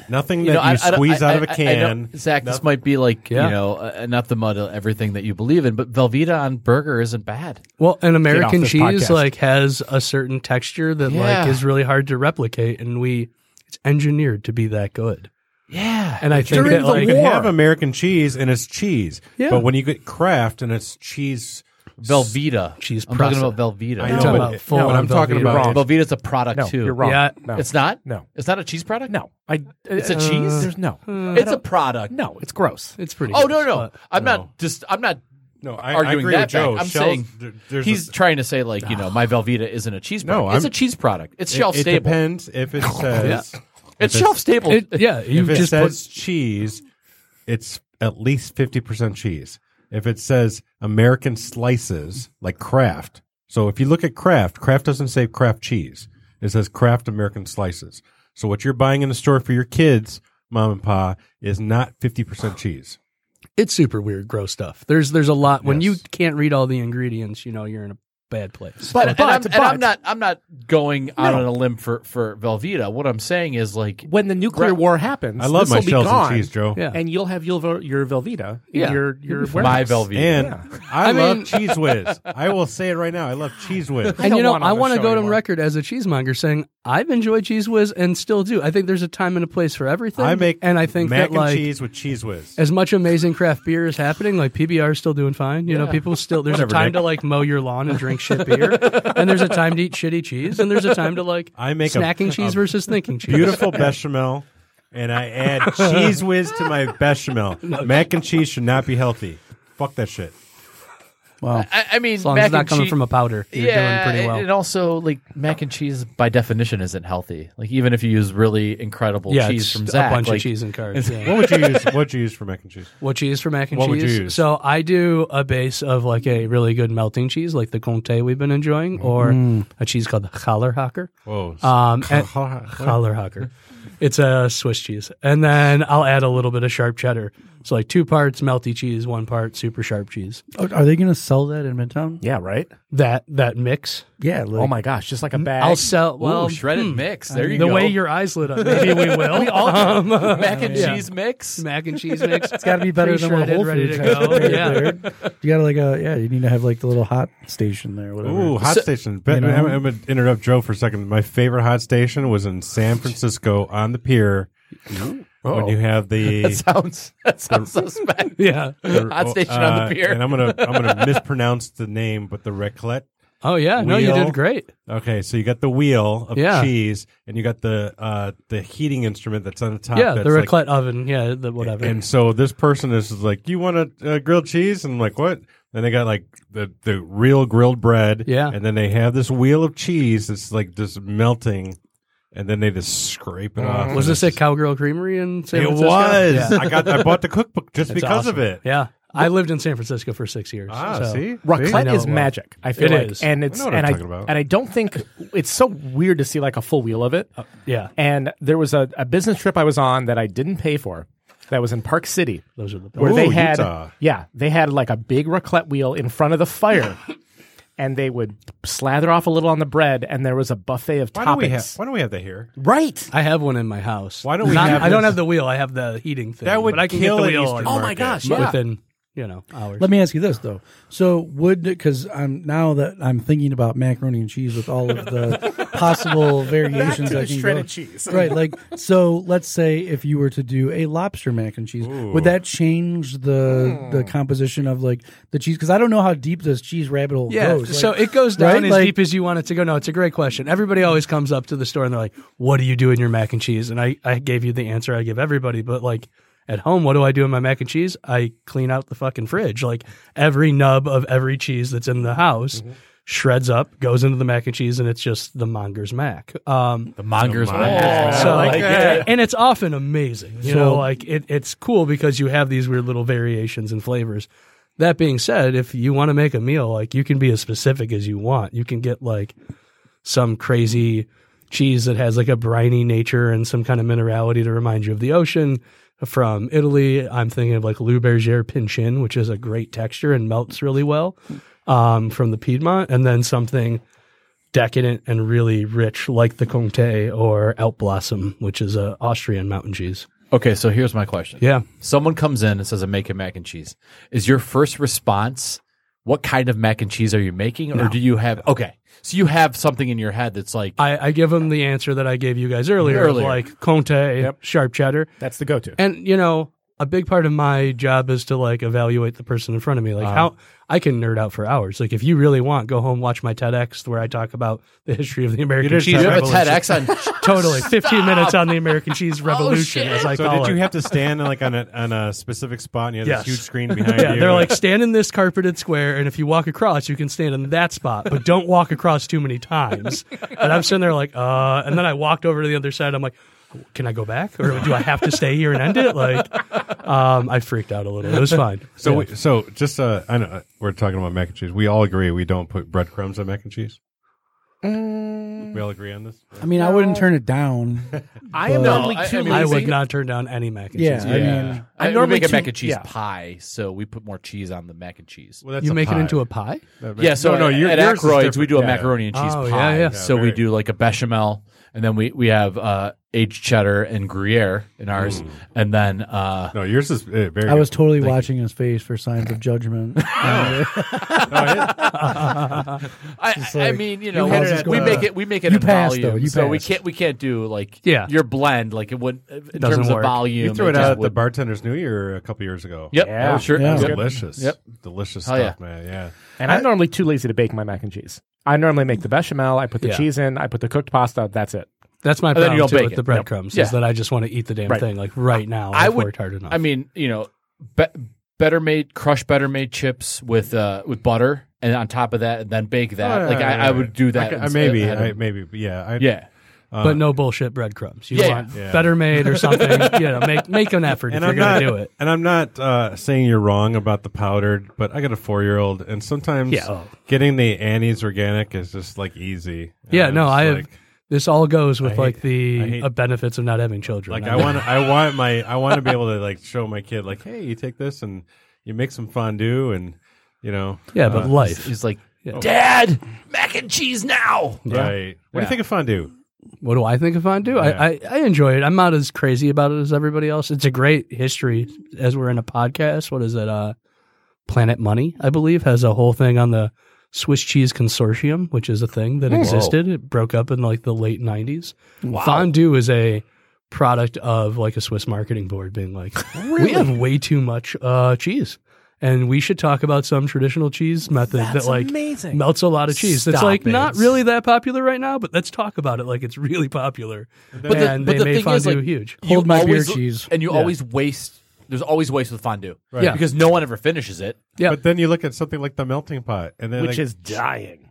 [SPEAKER 4] nothing
[SPEAKER 2] you
[SPEAKER 4] that
[SPEAKER 2] know, I,
[SPEAKER 4] you
[SPEAKER 2] I don't-
[SPEAKER 4] squeeze
[SPEAKER 2] I-
[SPEAKER 4] out of a
[SPEAKER 2] I- I
[SPEAKER 4] can.
[SPEAKER 2] don't- Zach, this might be like
[SPEAKER 5] Yeah.
[SPEAKER 2] you know uh, not the mud of everything that you believe in, but Velveeta on burger isn't bad.
[SPEAKER 5] Well, an
[SPEAKER 3] off
[SPEAKER 5] American
[SPEAKER 3] this
[SPEAKER 5] cheese
[SPEAKER 3] podcast.
[SPEAKER 5] like has a certain texture that
[SPEAKER 2] Yeah.
[SPEAKER 5] like is really hard to replicate and we it's engineered to be that good.
[SPEAKER 2] Yeah,
[SPEAKER 5] And I think
[SPEAKER 4] During
[SPEAKER 5] that
[SPEAKER 4] the
[SPEAKER 5] like
[SPEAKER 4] war. have American cheese and it's cheese,
[SPEAKER 5] Yeah.
[SPEAKER 4] but when you get craft and it's cheese,
[SPEAKER 2] Velveeta.
[SPEAKER 5] Cheese
[SPEAKER 2] I'm talking
[SPEAKER 5] pressa.
[SPEAKER 2] about Velveeta.
[SPEAKER 4] I
[SPEAKER 5] You're
[SPEAKER 4] know,
[SPEAKER 5] talking
[SPEAKER 4] but
[SPEAKER 5] about full
[SPEAKER 4] no,
[SPEAKER 5] on
[SPEAKER 4] I'm talking
[SPEAKER 5] Velveeta.
[SPEAKER 4] about
[SPEAKER 3] Wrong.
[SPEAKER 2] Velveeta's a product
[SPEAKER 3] No,
[SPEAKER 2] too.
[SPEAKER 3] you're wrong.
[SPEAKER 5] Yeah.
[SPEAKER 3] No.
[SPEAKER 2] It's not.
[SPEAKER 3] No.
[SPEAKER 2] it's not a cheese product.
[SPEAKER 3] No, I. uh,
[SPEAKER 2] it's a cheese.
[SPEAKER 3] There's no.
[SPEAKER 4] Hmm.
[SPEAKER 2] it's a product.
[SPEAKER 3] No, it's gross.
[SPEAKER 5] it's pretty
[SPEAKER 2] Oh
[SPEAKER 5] good,
[SPEAKER 2] no, no,
[SPEAKER 5] but-
[SPEAKER 2] I'm not just. I'm not
[SPEAKER 4] No, I, I
[SPEAKER 2] arguing
[SPEAKER 4] agree
[SPEAKER 2] that.
[SPEAKER 4] with Joe.
[SPEAKER 2] back. I'm
[SPEAKER 4] Shells-
[SPEAKER 2] saying
[SPEAKER 4] there- there's
[SPEAKER 2] he's
[SPEAKER 4] a-
[SPEAKER 2] trying to say like you know my Velveeta isn't a cheese
[SPEAKER 4] No,
[SPEAKER 2] product. it's a
[SPEAKER 4] I'm-
[SPEAKER 2] cheese product. It's
[SPEAKER 4] it-
[SPEAKER 2] shelf
[SPEAKER 4] it,
[SPEAKER 2] stable.
[SPEAKER 4] depends if it says
[SPEAKER 2] It's shelf stable.
[SPEAKER 5] It- yeah, you
[SPEAKER 4] if it
[SPEAKER 5] just put
[SPEAKER 4] says cheese, it's at least fifty percent cheese. If it says American slices, like Kraft, so if you look at Kraft, Kraft doesn't say Kraft cheese. It says Kraft American slices. So what you're buying in the store for your kids, mom and pa, is not fifty percent cheese.
[SPEAKER 5] it's super weird, gross stuff. There's there's a lot when
[SPEAKER 4] Yes.
[SPEAKER 5] you can't read all the ingredients, you know you're in a bad place.
[SPEAKER 2] but, and,
[SPEAKER 3] but-
[SPEAKER 2] I'm, and I'm
[SPEAKER 3] but-
[SPEAKER 2] not. I'm not going out on a limb for for Velveeta. What I'm saying is like
[SPEAKER 3] When the nuclear
[SPEAKER 2] Right.
[SPEAKER 3] war happens,
[SPEAKER 4] I love
[SPEAKER 3] this'll
[SPEAKER 4] my
[SPEAKER 3] be
[SPEAKER 4] shells
[SPEAKER 3] gone,
[SPEAKER 4] and cheese, Joe.
[SPEAKER 5] Yeah.
[SPEAKER 3] and you'll have your your Velveeta in
[SPEAKER 2] Yeah.
[SPEAKER 3] your your
[SPEAKER 2] my
[SPEAKER 3] warehouse.
[SPEAKER 2] Velveeta.
[SPEAKER 4] And I,
[SPEAKER 5] I
[SPEAKER 4] love
[SPEAKER 5] mean-
[SPEAKER 4] cheese whiz. I will say it right now. I love cheese whiz.
[SPEAKER 5] and
[SPEAKER 3] don't
[SPEAKER 5] you know,
[SPEAKER 3] want on
[SPEAKER 5] I
[SPEAKER 3] the
[SPEAKER 5] want to
[SPEAKER 3] show
[SPEAKER 5] go to
[SPEAKER 3] anymore.
[SPEAKER 5] record as a cheesemonger saying I've enjoyed Cheese Whiz and still do. I think there's a time and a place for everything.
[SPEAKER 4] I make
[SPEAKER 5] and I think
[SPEAKER 4] mac
[SPEAKER 5] that like
[SPEAKER 4] and cheese with cheese whiz.
[SPEAKER 5] as much amazing craft beer is happening, like PBR is still doing fine. You know, people still there's a time to like mow your lawn and drink shit beer, and there's a time to eat shitty cheese, and there's a time to like
[SPEAKER 4] I make a-
[SPEAKER 5] snacking
[SPEAKER 4] a
[SPEAKER 5] cheese versus thinking cheese.
[SPEAKER 4] Beautiful bechamel, and I add cheese whiz to my bechamel. Mac and cheese should not be healthy. Fuck that shit.
[SPEAKER 2] I, I mean,
[SPEAKER 5] As long
[SPEAKER 2] mac
[SPEAKER 5] as it's not
[SPEAKER 2] and
[SPEAKER 5] coming
[SPEAKER 2] chee-
[SPEAKER 5] from a powder, you're
[SPEAKER 2] yeah,
[SPEAKER 5] doing pretty
[SPEAKER 2] and-
[SPEAKER 5] well.
[SPEAKER 2] And also, like mac and cheese by definition isn't healthy. Like even if you use really incredible
[SPEAKER 5] yeah,
[SPEAKER 2] cheese
[SPEAKER 5] it's
[SPEAKER 2] from
[SPEAKER 5] just
[SPEAKER 2] Zach,
[SPEAKER 5] a bunch
[SPEAKER 2] like,
[SPEAKER 5] of cheese and carbs. Yeah.
[SPEAKER 4] What would you use? What would you use for mac and cheese?
[SPEAKER 5] What cheese for mac and
[SPEAKER 4] What would
[SPEAKER 5] cheese?
[SPEAKER 4] you use?
[SPEAKER 5] So I do a base of like a really good melting cheese, like the Comté we've been enjoying, or a cheese called the Hallerhacker.
[SPEAKER 4] Mm. Whoa.
[SPEAKER 5] Um, and- Hallerhacker. It's a Swiss cheese, and then I'll add a little bit of sharp cheddar. So like two parts melty cheese, one part super sharp cheese.
[SPEAKER 6] Oh, Are they going to sell that in Midtown?
[SPEAKER 3] Yeah, right.
[SPEAKER 5] That that mix.
[SPEAKER 6] Yeah. Like,
[SPEAKER 3] Oh my gosh, just like a bag.
[SPEAKER 5] I'll sell.
[SPEAKER 2] Ooh,
[SPEAKER 5] Well,
[SPEAKER 2] shredded
[SPEAKER 5] hmm,
[SPEAKER 2] mix. There you
[SPEAKER 5] the
[SPEAKER 2] go.
[SPEAKER 5] way your eyes lit up. Maybe we will. Um,
[SPEAKER 2] mac and
[SPEAKER 5] Yeah.
[SPEAKER 2] cheese mix.
[SPEAKER 5] mac and cheese mix. It's
[SPEAKER 6] Got to be better than what Whole
[SPEAKER 5] ready
[SPEAKER 6] Foods
[SPEAKER 5] to
[SPEAKER 6] has
[SPEAKER 5] go.
[SPEAKER 6] prepared
[SPEAKER 5] yeah.
[SPEAKER 6] there. You got to like a yeah. You need to have like the little hot station there. Whatever.
[SPEAKER 4] Ooh, hot station. But
[SPEAKER 6] know?
[SPEAKER 4] I'm, I'm going to interrupt Joe for a second. My favorite hot station was in San Francisco on the pier Oh. when you have the.
[SPEAKER 2] Sounds that sounds suspect.
[SPEAKER 5] Yeah.
[SPEAKER 4] the-
[SPEAKER 2] Hot station on the
[SPEAKER 4] uh,
[SPEAKER 2] pier.
[SPEAKER 4] and I'm gonna I'm gonna mispronounce the name, but the raclette
[SPEAKER 5] Oh yeah, no, you
[SPEAKER 4] Wheel.
[SPEAKER 5] did great.
[SPEAKER 4] Okay, so you got the wheel of
[SPEAKER 5] Yeah.
[SPEAKER 4] cheese, and you got the uh, the heating instrument that's on the top.
[SPEAKER 5] Yeah,
[SPEAKER 4] Ah, that's
[SPEAKER 5] the
[SPEAKER 4] like-
[SPEAKER 5] raclette oven. Yeah, the whatever.
[SPEAKER 4] And so this person is like, "You want a uh, grilled cheese?" And I'm like, "What?" Then they got like the the real grilled bread.
[SPEAKER 5] Yeah.
[SPEAKER 4] And then they have this wheel of cheese that's like just melting, and then they just scrape it off.
[SPEAKER 5] was
[SPEAKER 4] And
[SPEAKER 5] this
[SPEAKER 4] it's
[SPEAKER 5] at Cowgirl Creamery in San
[SPEAKER 4] It was.
[SPEAKER 5] Francisco? Yeah.
[SPEAKER 4] I got. I bought the cookbook just
[SPEAKER 5] It's
[SPEAKER 4] because of
[SPEAKER 5] awesome.
[SPEAKER 4] it.
[SPEAKER 5] Yeah, I lived in San Francisco for six years.
[SPEAKER 4] Ah,
[SPEAKER 5] so-
[SPEAKER 4] see,
[SPEAKER 5] I
[SPEAKER 3] Raclette
[SPEAKER 5] know
[SPEAKER 3] is
[SPEAKER 5] it well.
[SPEAKER 3] magic. I feel
[SPEAKER 5] It
[SPEAKER 3] like,
[SPEAKER 5] is.
[SPEAKER 3] and it's
[SPEAKER 4] I know what I'm
[SPEAKER 3] and I
[SPEAKER 4] talking about.
[SPEAKER 3] and I don't think it's so weird to see like a full wheel of it.
[SPEAKER 5] Yeah,
[SPEAKER 3] And there was a, a business trip I was on that I didn't pay for. That was in Park City,
[SPEAKER 5] those are the best.
[SPEAKER 3] where they
[SPEAKER 4] Ooh,
[SPEAKER 3] had
[SPEAKER 4] Utah.
[SPEAKER 3] yeah they had like a big raclette wheel in front of the fire, and they would slather off a little on the bread, and there was a buffet of
[SPEAKER 4] Why
[SPEAKER 3] toppings.
[SPEAKER 4] don't we have? Why don't we have that here?
[SPEAKER 3] right.
[SPEAKER 5] I have one in my house.
[SPEAKER 4] Why don't we
[SPEAKER 5] Not-
[SPEAKER 4] have
[SPEAKER 5] I don't
[SPEAKER 4] this?
[SPEAKER 5] have the wheel. I have the heating thing.
[SPEAKER 4] That would
[SPEAKER 5] but I can
[SPEAKER 4] kill
[SPEAKER 5] get
[SPEAKER 4] an
[SPEAKER 5] the wheel.
[SPEAKER 4] Eastern
[SPEAKER 5] and-
[SPEAKER 3] Oh my
[SPEAKER 4] market.
[SPEAKER 3] gosh! Yeah.
[SPEAKER 5] Within you know hours.
[SPEAKER 6] Let me ask you this though. So would because I'm now that I'm thinking about macaroni and cheese with all of the possible variations
[SPEAKER 3] to
[SPEAKER 6] I
[SPEAKER 3] the
[SPEAKER 6] can
[SPEAKER 3] shredded
[SPEAKER 6] go-
[SPEAKER 3] cheese.
[SPEAKER 6] right? Like so, let's say if you were to do a lobster mac and cheese, would that change the the
[SPEAKER 5] Hmm.
[SPEAKER 6] composition of like the cheese? Because I don't know how deep this cheese rabbit hole
[SPEAKER 5] Yeah.
[SPEAKER 6] goes.
[SPEAKER 5] so
[SPEAKER 6] Like,
[SPEAKER 5] it goes down
[SPEAKER 6] right?
[SPEAKER 5] as
[SPEAKER 6] Like-
[SPEAKER 5] deep as you want it to go. No, it's a great question. Everybody always comes up to the store and they're like, "What do you do in your mac and cheese?" And I, I gave you the answer I give everybody, but like at home, what do I do in my mac and cheese? I clean out the fucking fridge. Like every nub of every cheese that's in the house
[SPEAKER 6] Mm-hmm.
[SPEAKER 5] shreds up, goes into the mac and cheese, and it's just the monger's mac. Um,
[SPEAKER 2] The monger's
[SPEAKER 5] so like, and it's often amazing. You know, like it, it's cool because you have these weird little variations and flavors. That being said, if you want to make a meal, like you can be as specific as you want. You can get like some crazy cheese that has like a briny nature and some kind of minerality to remind you of the ocean. From Italy, I'm thinking of like Lou Berger Pinchin, which is a great texture and melts really well um, from the Piedmont. And then something decadent and really rich, like the Comté or Outblossom, which is a Austrian mountain cheese.
[SPEAKER 2] Okay, so here's my question.
[SPEAKER 5] Yeah.
[SPEAKER 2] Someone comes in and says, I'm making mac and cheese. Is your first response, what kind of mac and cheese are you making? Or do you have, okay, so you have something in your head that's like,
[SPEAKER 5] I, I give them the answer that I gave you guys earlier, of,
[SPEAKER 2] Earlier.
[SPEAKER 5] like Comté, sharp cheddar.
[SPEAKER 3] That's the go-to.
[SPEAKER 5] And, you know, a big part of my job is to like evaluate the person in front of me. Like, how I can nerd out for hours. Like, if you really want, go home, watch my TEDx where I talk about the history of the American
[SPEAKER 4] did
[SPEAKER 5] cheese
[SPEAKER 2] you have a
[SPEAKER 5] revolution.
[SPEAKER 2] TEDx on.
[SPEAKER 5] Totally. 15 minutes on the American cheese revolution, as I
[SPEAKER 4] So
[SPEAKER 5] call
[SPEAKER 4] did
[SPEAKER 5] it.
[SPEAKER 4] you have to stand like on a on a specific spot, and you had
[SPEAKER 5] Yes.
[SPEAKER 4] this huge screen behind
[SPEAKER 5] Yeah,
[SPEAKER 4] you?
[SPEAKER 5] they're like stand in this carpeted square, and if you walk across, you can stand in that spot, but don't walk across too many times. And I'm sitting there like, uh, and then I walked over to the other side. I'm like, can I go back, or do I have to stay here and end it? Like, um, I freaked out a little. It was fine.
[SPEAKER 4] So,
[SPEAKER 5] Yeah.
[SPEAKER 4] we, so just uh, I know uh, we're talking about mac and cheese. We all agree we don't put breadcrumbs on mac and cheese. We all agree on this.
[SPEAKER 6] I mean, I wouldn't turn it down.
[SPEAKER 3] I am
[SPEAKER 2] No,
[SPEAKER 3] normally
[SPEAKER 2] I- I
[SPEAKER 3] too
[SPEAKER 2] mean,
[SPEAKER 5] I
[SPEAKER 3] lazy.
[SPEAKER 5] would not turn down any mac and
[SPEAKER 6] Yeah,
[SPEAKER 5] cheese.
[SPEAKER 6] I mean,
[SPEAKER 2] I
[SPEAKER 3] I'm
[SPEAKER 2] normally
[SPEAKER 3] normally
[SPEAKER 2] make a
[SPEAKER 3] too-
[SPEAKER 2] mac and cheese
[SPEAKER 3] yeah.
[SPEAKER 2] pie, so we put more cheese on the mac and cheese.
[SPEAKER 4] Well, that's
[SPEAKER 5] You
[SPEAKER 4] a
[SPEAKER 5] make
[SPEAKER 4] pie.
[SPEAKER 5] it into a pie?
[SPEAKER 4] That
[SPEAKER 2] Yeah,
[SPEAKER 4] makes-
[SPEAKER 2] so
[SPEAKER 4] no,
[SPEAKER 2] at,
[SPEAKER 4] your-
[SPEAKER 2] at
[SPEAKER 4] yours is
[SPEAKER 2] Ackroyd's,
[SPEAKER 4] different.
[SPEAKER 2] we do a
[SPEAKER 4] Yeah.
[SPEAKER 2] macaroni and cheese
[SPEAKER 5] Oh, yeah,
[SPEAKER 2] pie.
[SPEAKER 5] yeah.
[SPEAKER 2] So we
[SPEAKER 4] very-
[SPEAKER 2] do like a bechamel, and then we, we have uh, aged cheddar and Gruyere in ours,
[SPEAKER 4] Mm.
[SPEAKER 2] and then uh,
[SPEAKER 4] No, yours is uh, very.
[SPEAKER 6] I was totally watching his face for signs of judgment.
[SPEAKER 2] I, I
[SPEAKER 6] like,
[SPEAKER 2] mean, you know,
[SPEAKER 6] how's this
[SPEAKER 2] we
[SPEAKER 6] going?
[SPEAKER 2] make it we make it
[SPEAKER 6] You
[SPEAKER 2] in
[SPEAKER 6] passed,
[SPEAKER 2] volume,
[SPEAKER 6] though. You
[SPEAKER 2] so we
[SPEAKER 6] passed.
[SPEAKER 2] can't we can't do like
[SPEAKER 5] Yeah.
[SPEAKER 2] your blend like it would in
[SPEAKER 5] doesn't
[SPEAKER 2] terms of
[SPEAKER 5] work.
[SPEAKER 2] volume.
[SPEAKER 4] You threw it
[SPEAKER 2] just
[SPEAKER 4] out at the
[SPEAKER 2] wouldn't-
[SPEAKER 4] bartender's New Year a couple years ago.
[SPEAKER 2] Yep,
[SPEAKER 3] Yeah.
[SPEAKER 2] Oh, sure,
[SPEAKER 6] Yeah.
[SPEAKER 4] It was
[SPEAKER 6] Yep.
[SPEAKER 4] delicious.
[SPEAKER 2] Yep.
[SPEAKER 4] delicious
[SPEAKER 2] Hell
[SPEAKER 4] stuff, man. Yeah,
[SPEAKER 3] And I'm normally too lazy to bake my mac and cheese. I normally make the bechamel. I put the
[SPEAKER 5] Yeah.
[SPEAKER 3] cheese in. I put the cooked pasta. That's it.
[SPEAKER 5] That's my
[SPEAKER 2] then you
[SPEAKER 5] problem
[SPEAKER 2] don't
[SPEAKER 5] too
[SPEAKER 2] bake
[SPEAKER 5] with
[SPEAKER 2] it.
[SPEAKER 5] the breadcrumbs
[SPEAKER 2] Yep.
[SPEAKER 5] is that I just want to eat the damn
[SPEAKER 3] Right.
[SPEAKER 5] thing like right now.
[SPEAKER 2] I
[SPEAKER 5] I've
[SPEAKER 2] would-
[SPEAKER 5] worked hard enough.
[SPEAKER 2] I mean, you know, be, better made crush better made chips with uh, with butter, and on top of that, and then bake that.
[SPEAKER 4] Oh,
[SPEAKER 2] like
[SPEAKER 4] yeah,
[SPEAKER 2] I,
[SPEAKER 4] yeah,
[SPEAKER 2] I
[SPEAKER 4] yeah.
[SPEAKER 2] would do that.
[SPEAKER 4] I, I,
[SPEAKER 2] instead.
[SPEAKER 4] maybe,
[SPEAKER 2] had
[SPEAKER 4] I,
[SPEAKER 2] a-
[SPEAKER 4] maybe, but yeah, I,
[SPEAKER 2] yeah.
[SPEAKER 5] but no bullshit breadcrumbs. You
[SPEAKER 2] Yeah,
[SPEAKER 5] want
[SPEAKER 4] yeah.
[SPEAKER 5] better made or something. you know, make make an effort if
[SPEAKER 4] And
[SPEAKER 5] you're
[SPEAKER 4] I'm
[SPEAKER 5] going
[SPEAKER 4] not
[SPEAKER 5] to do it.
[SPEAKER 4] And I'm not uh, saying you're wrong about the powdered, but I got a four year old, and sometimes
[SPEAKER 5] Yeah, oh.
[SPEAKER 4] getting the Annie's organic is just like easy. And
[SPEAKER 5] Yeah,
[SPEAKER 4] I'm
[SPEAKER 5] no,
[SPEAKER 4] just
[SPEAKER 5] I have.
[SPEAKER 4] like-
[SPEAKER 5] this all goes with like
[SPEAKER 4] I
[SPEAKER 5] the
[SPEAKER 4] hate-
[SPEAKER 5] uh, benefits of not having children.
[SPEAKER 4] Like
[SPEAKER 5] I
[SPEAKER 4] I
[SPEAKER 5] mean,
[SPEAKER 4] want, I want my, I want to be able to like show my kid, like, hey, you take this and you make some fondue, and you know,
[SPEAKER 5] yeah, but
[SPEAKER 4] uh, oh.
[SPEAKER 5] life.
[SPEAKER 2] He's like, Dad, mac and cheese now.
[SPEAKER 4] right? What do you think of fondue?
[SPEAKER 5] What do I think of fondue?
[SPEAKER 4] Yeah.
[SPEAKER 5] I, I I enjoy it. I'm not as crazy about it as everybody else. It's a great history. As we're in a podcast, what is it? Uh, Planet Money, I believe, has a whole thing on the Swiss cheese consortium, which is a thing
[SPEAKER 4] Oh.
[SPEAKER 5] that existed. It broke up in like the late '90s. Fondue is a product of like a Swiss marketing board being like, we have way too much uh, cheese. and we should talk about some traditional cheese method that like
[SPEAKER 3] amazing.
[SPEAKER 5] melts a lot of cheese. That's
[SPEAKER 2] Stop
[SPEAKER 5] like not
[SPEAKER 2] it.
[SPEAKER 5] really that popular right now, but let's talk about it like it's really popular.
[SPEAKER 2] But the-
[SPEAKER 5] and
[SPEAKER 2] but
[SPEAKER 5] they
[SPEAKER 2] the
[SPEAKER 5] made
[SPEAKER 2] thing
[SPEAKER 5] fondue
[SPEAKER 2] is, like,
[SPEAKER 5] huge.
[SPEAKER 2] you
[SPEAKER 6] Hold my beer
[SPEAKER 2] always-
[SPEAKER 6] cheese.
[SPEAKER 2] And you always waste. There's always waste with fondue, right?
[SPEAKER 5] Yeah.
[SPEAKER 2] Because no one ever finishes it.
[SPEAKER 5] Yeah.
[SPEAKER 4] But then you look at something like the melting pot, and then
[SPEAKER 3] which
[SPEAKER 4] like,
[SPEAKER 3] is dying.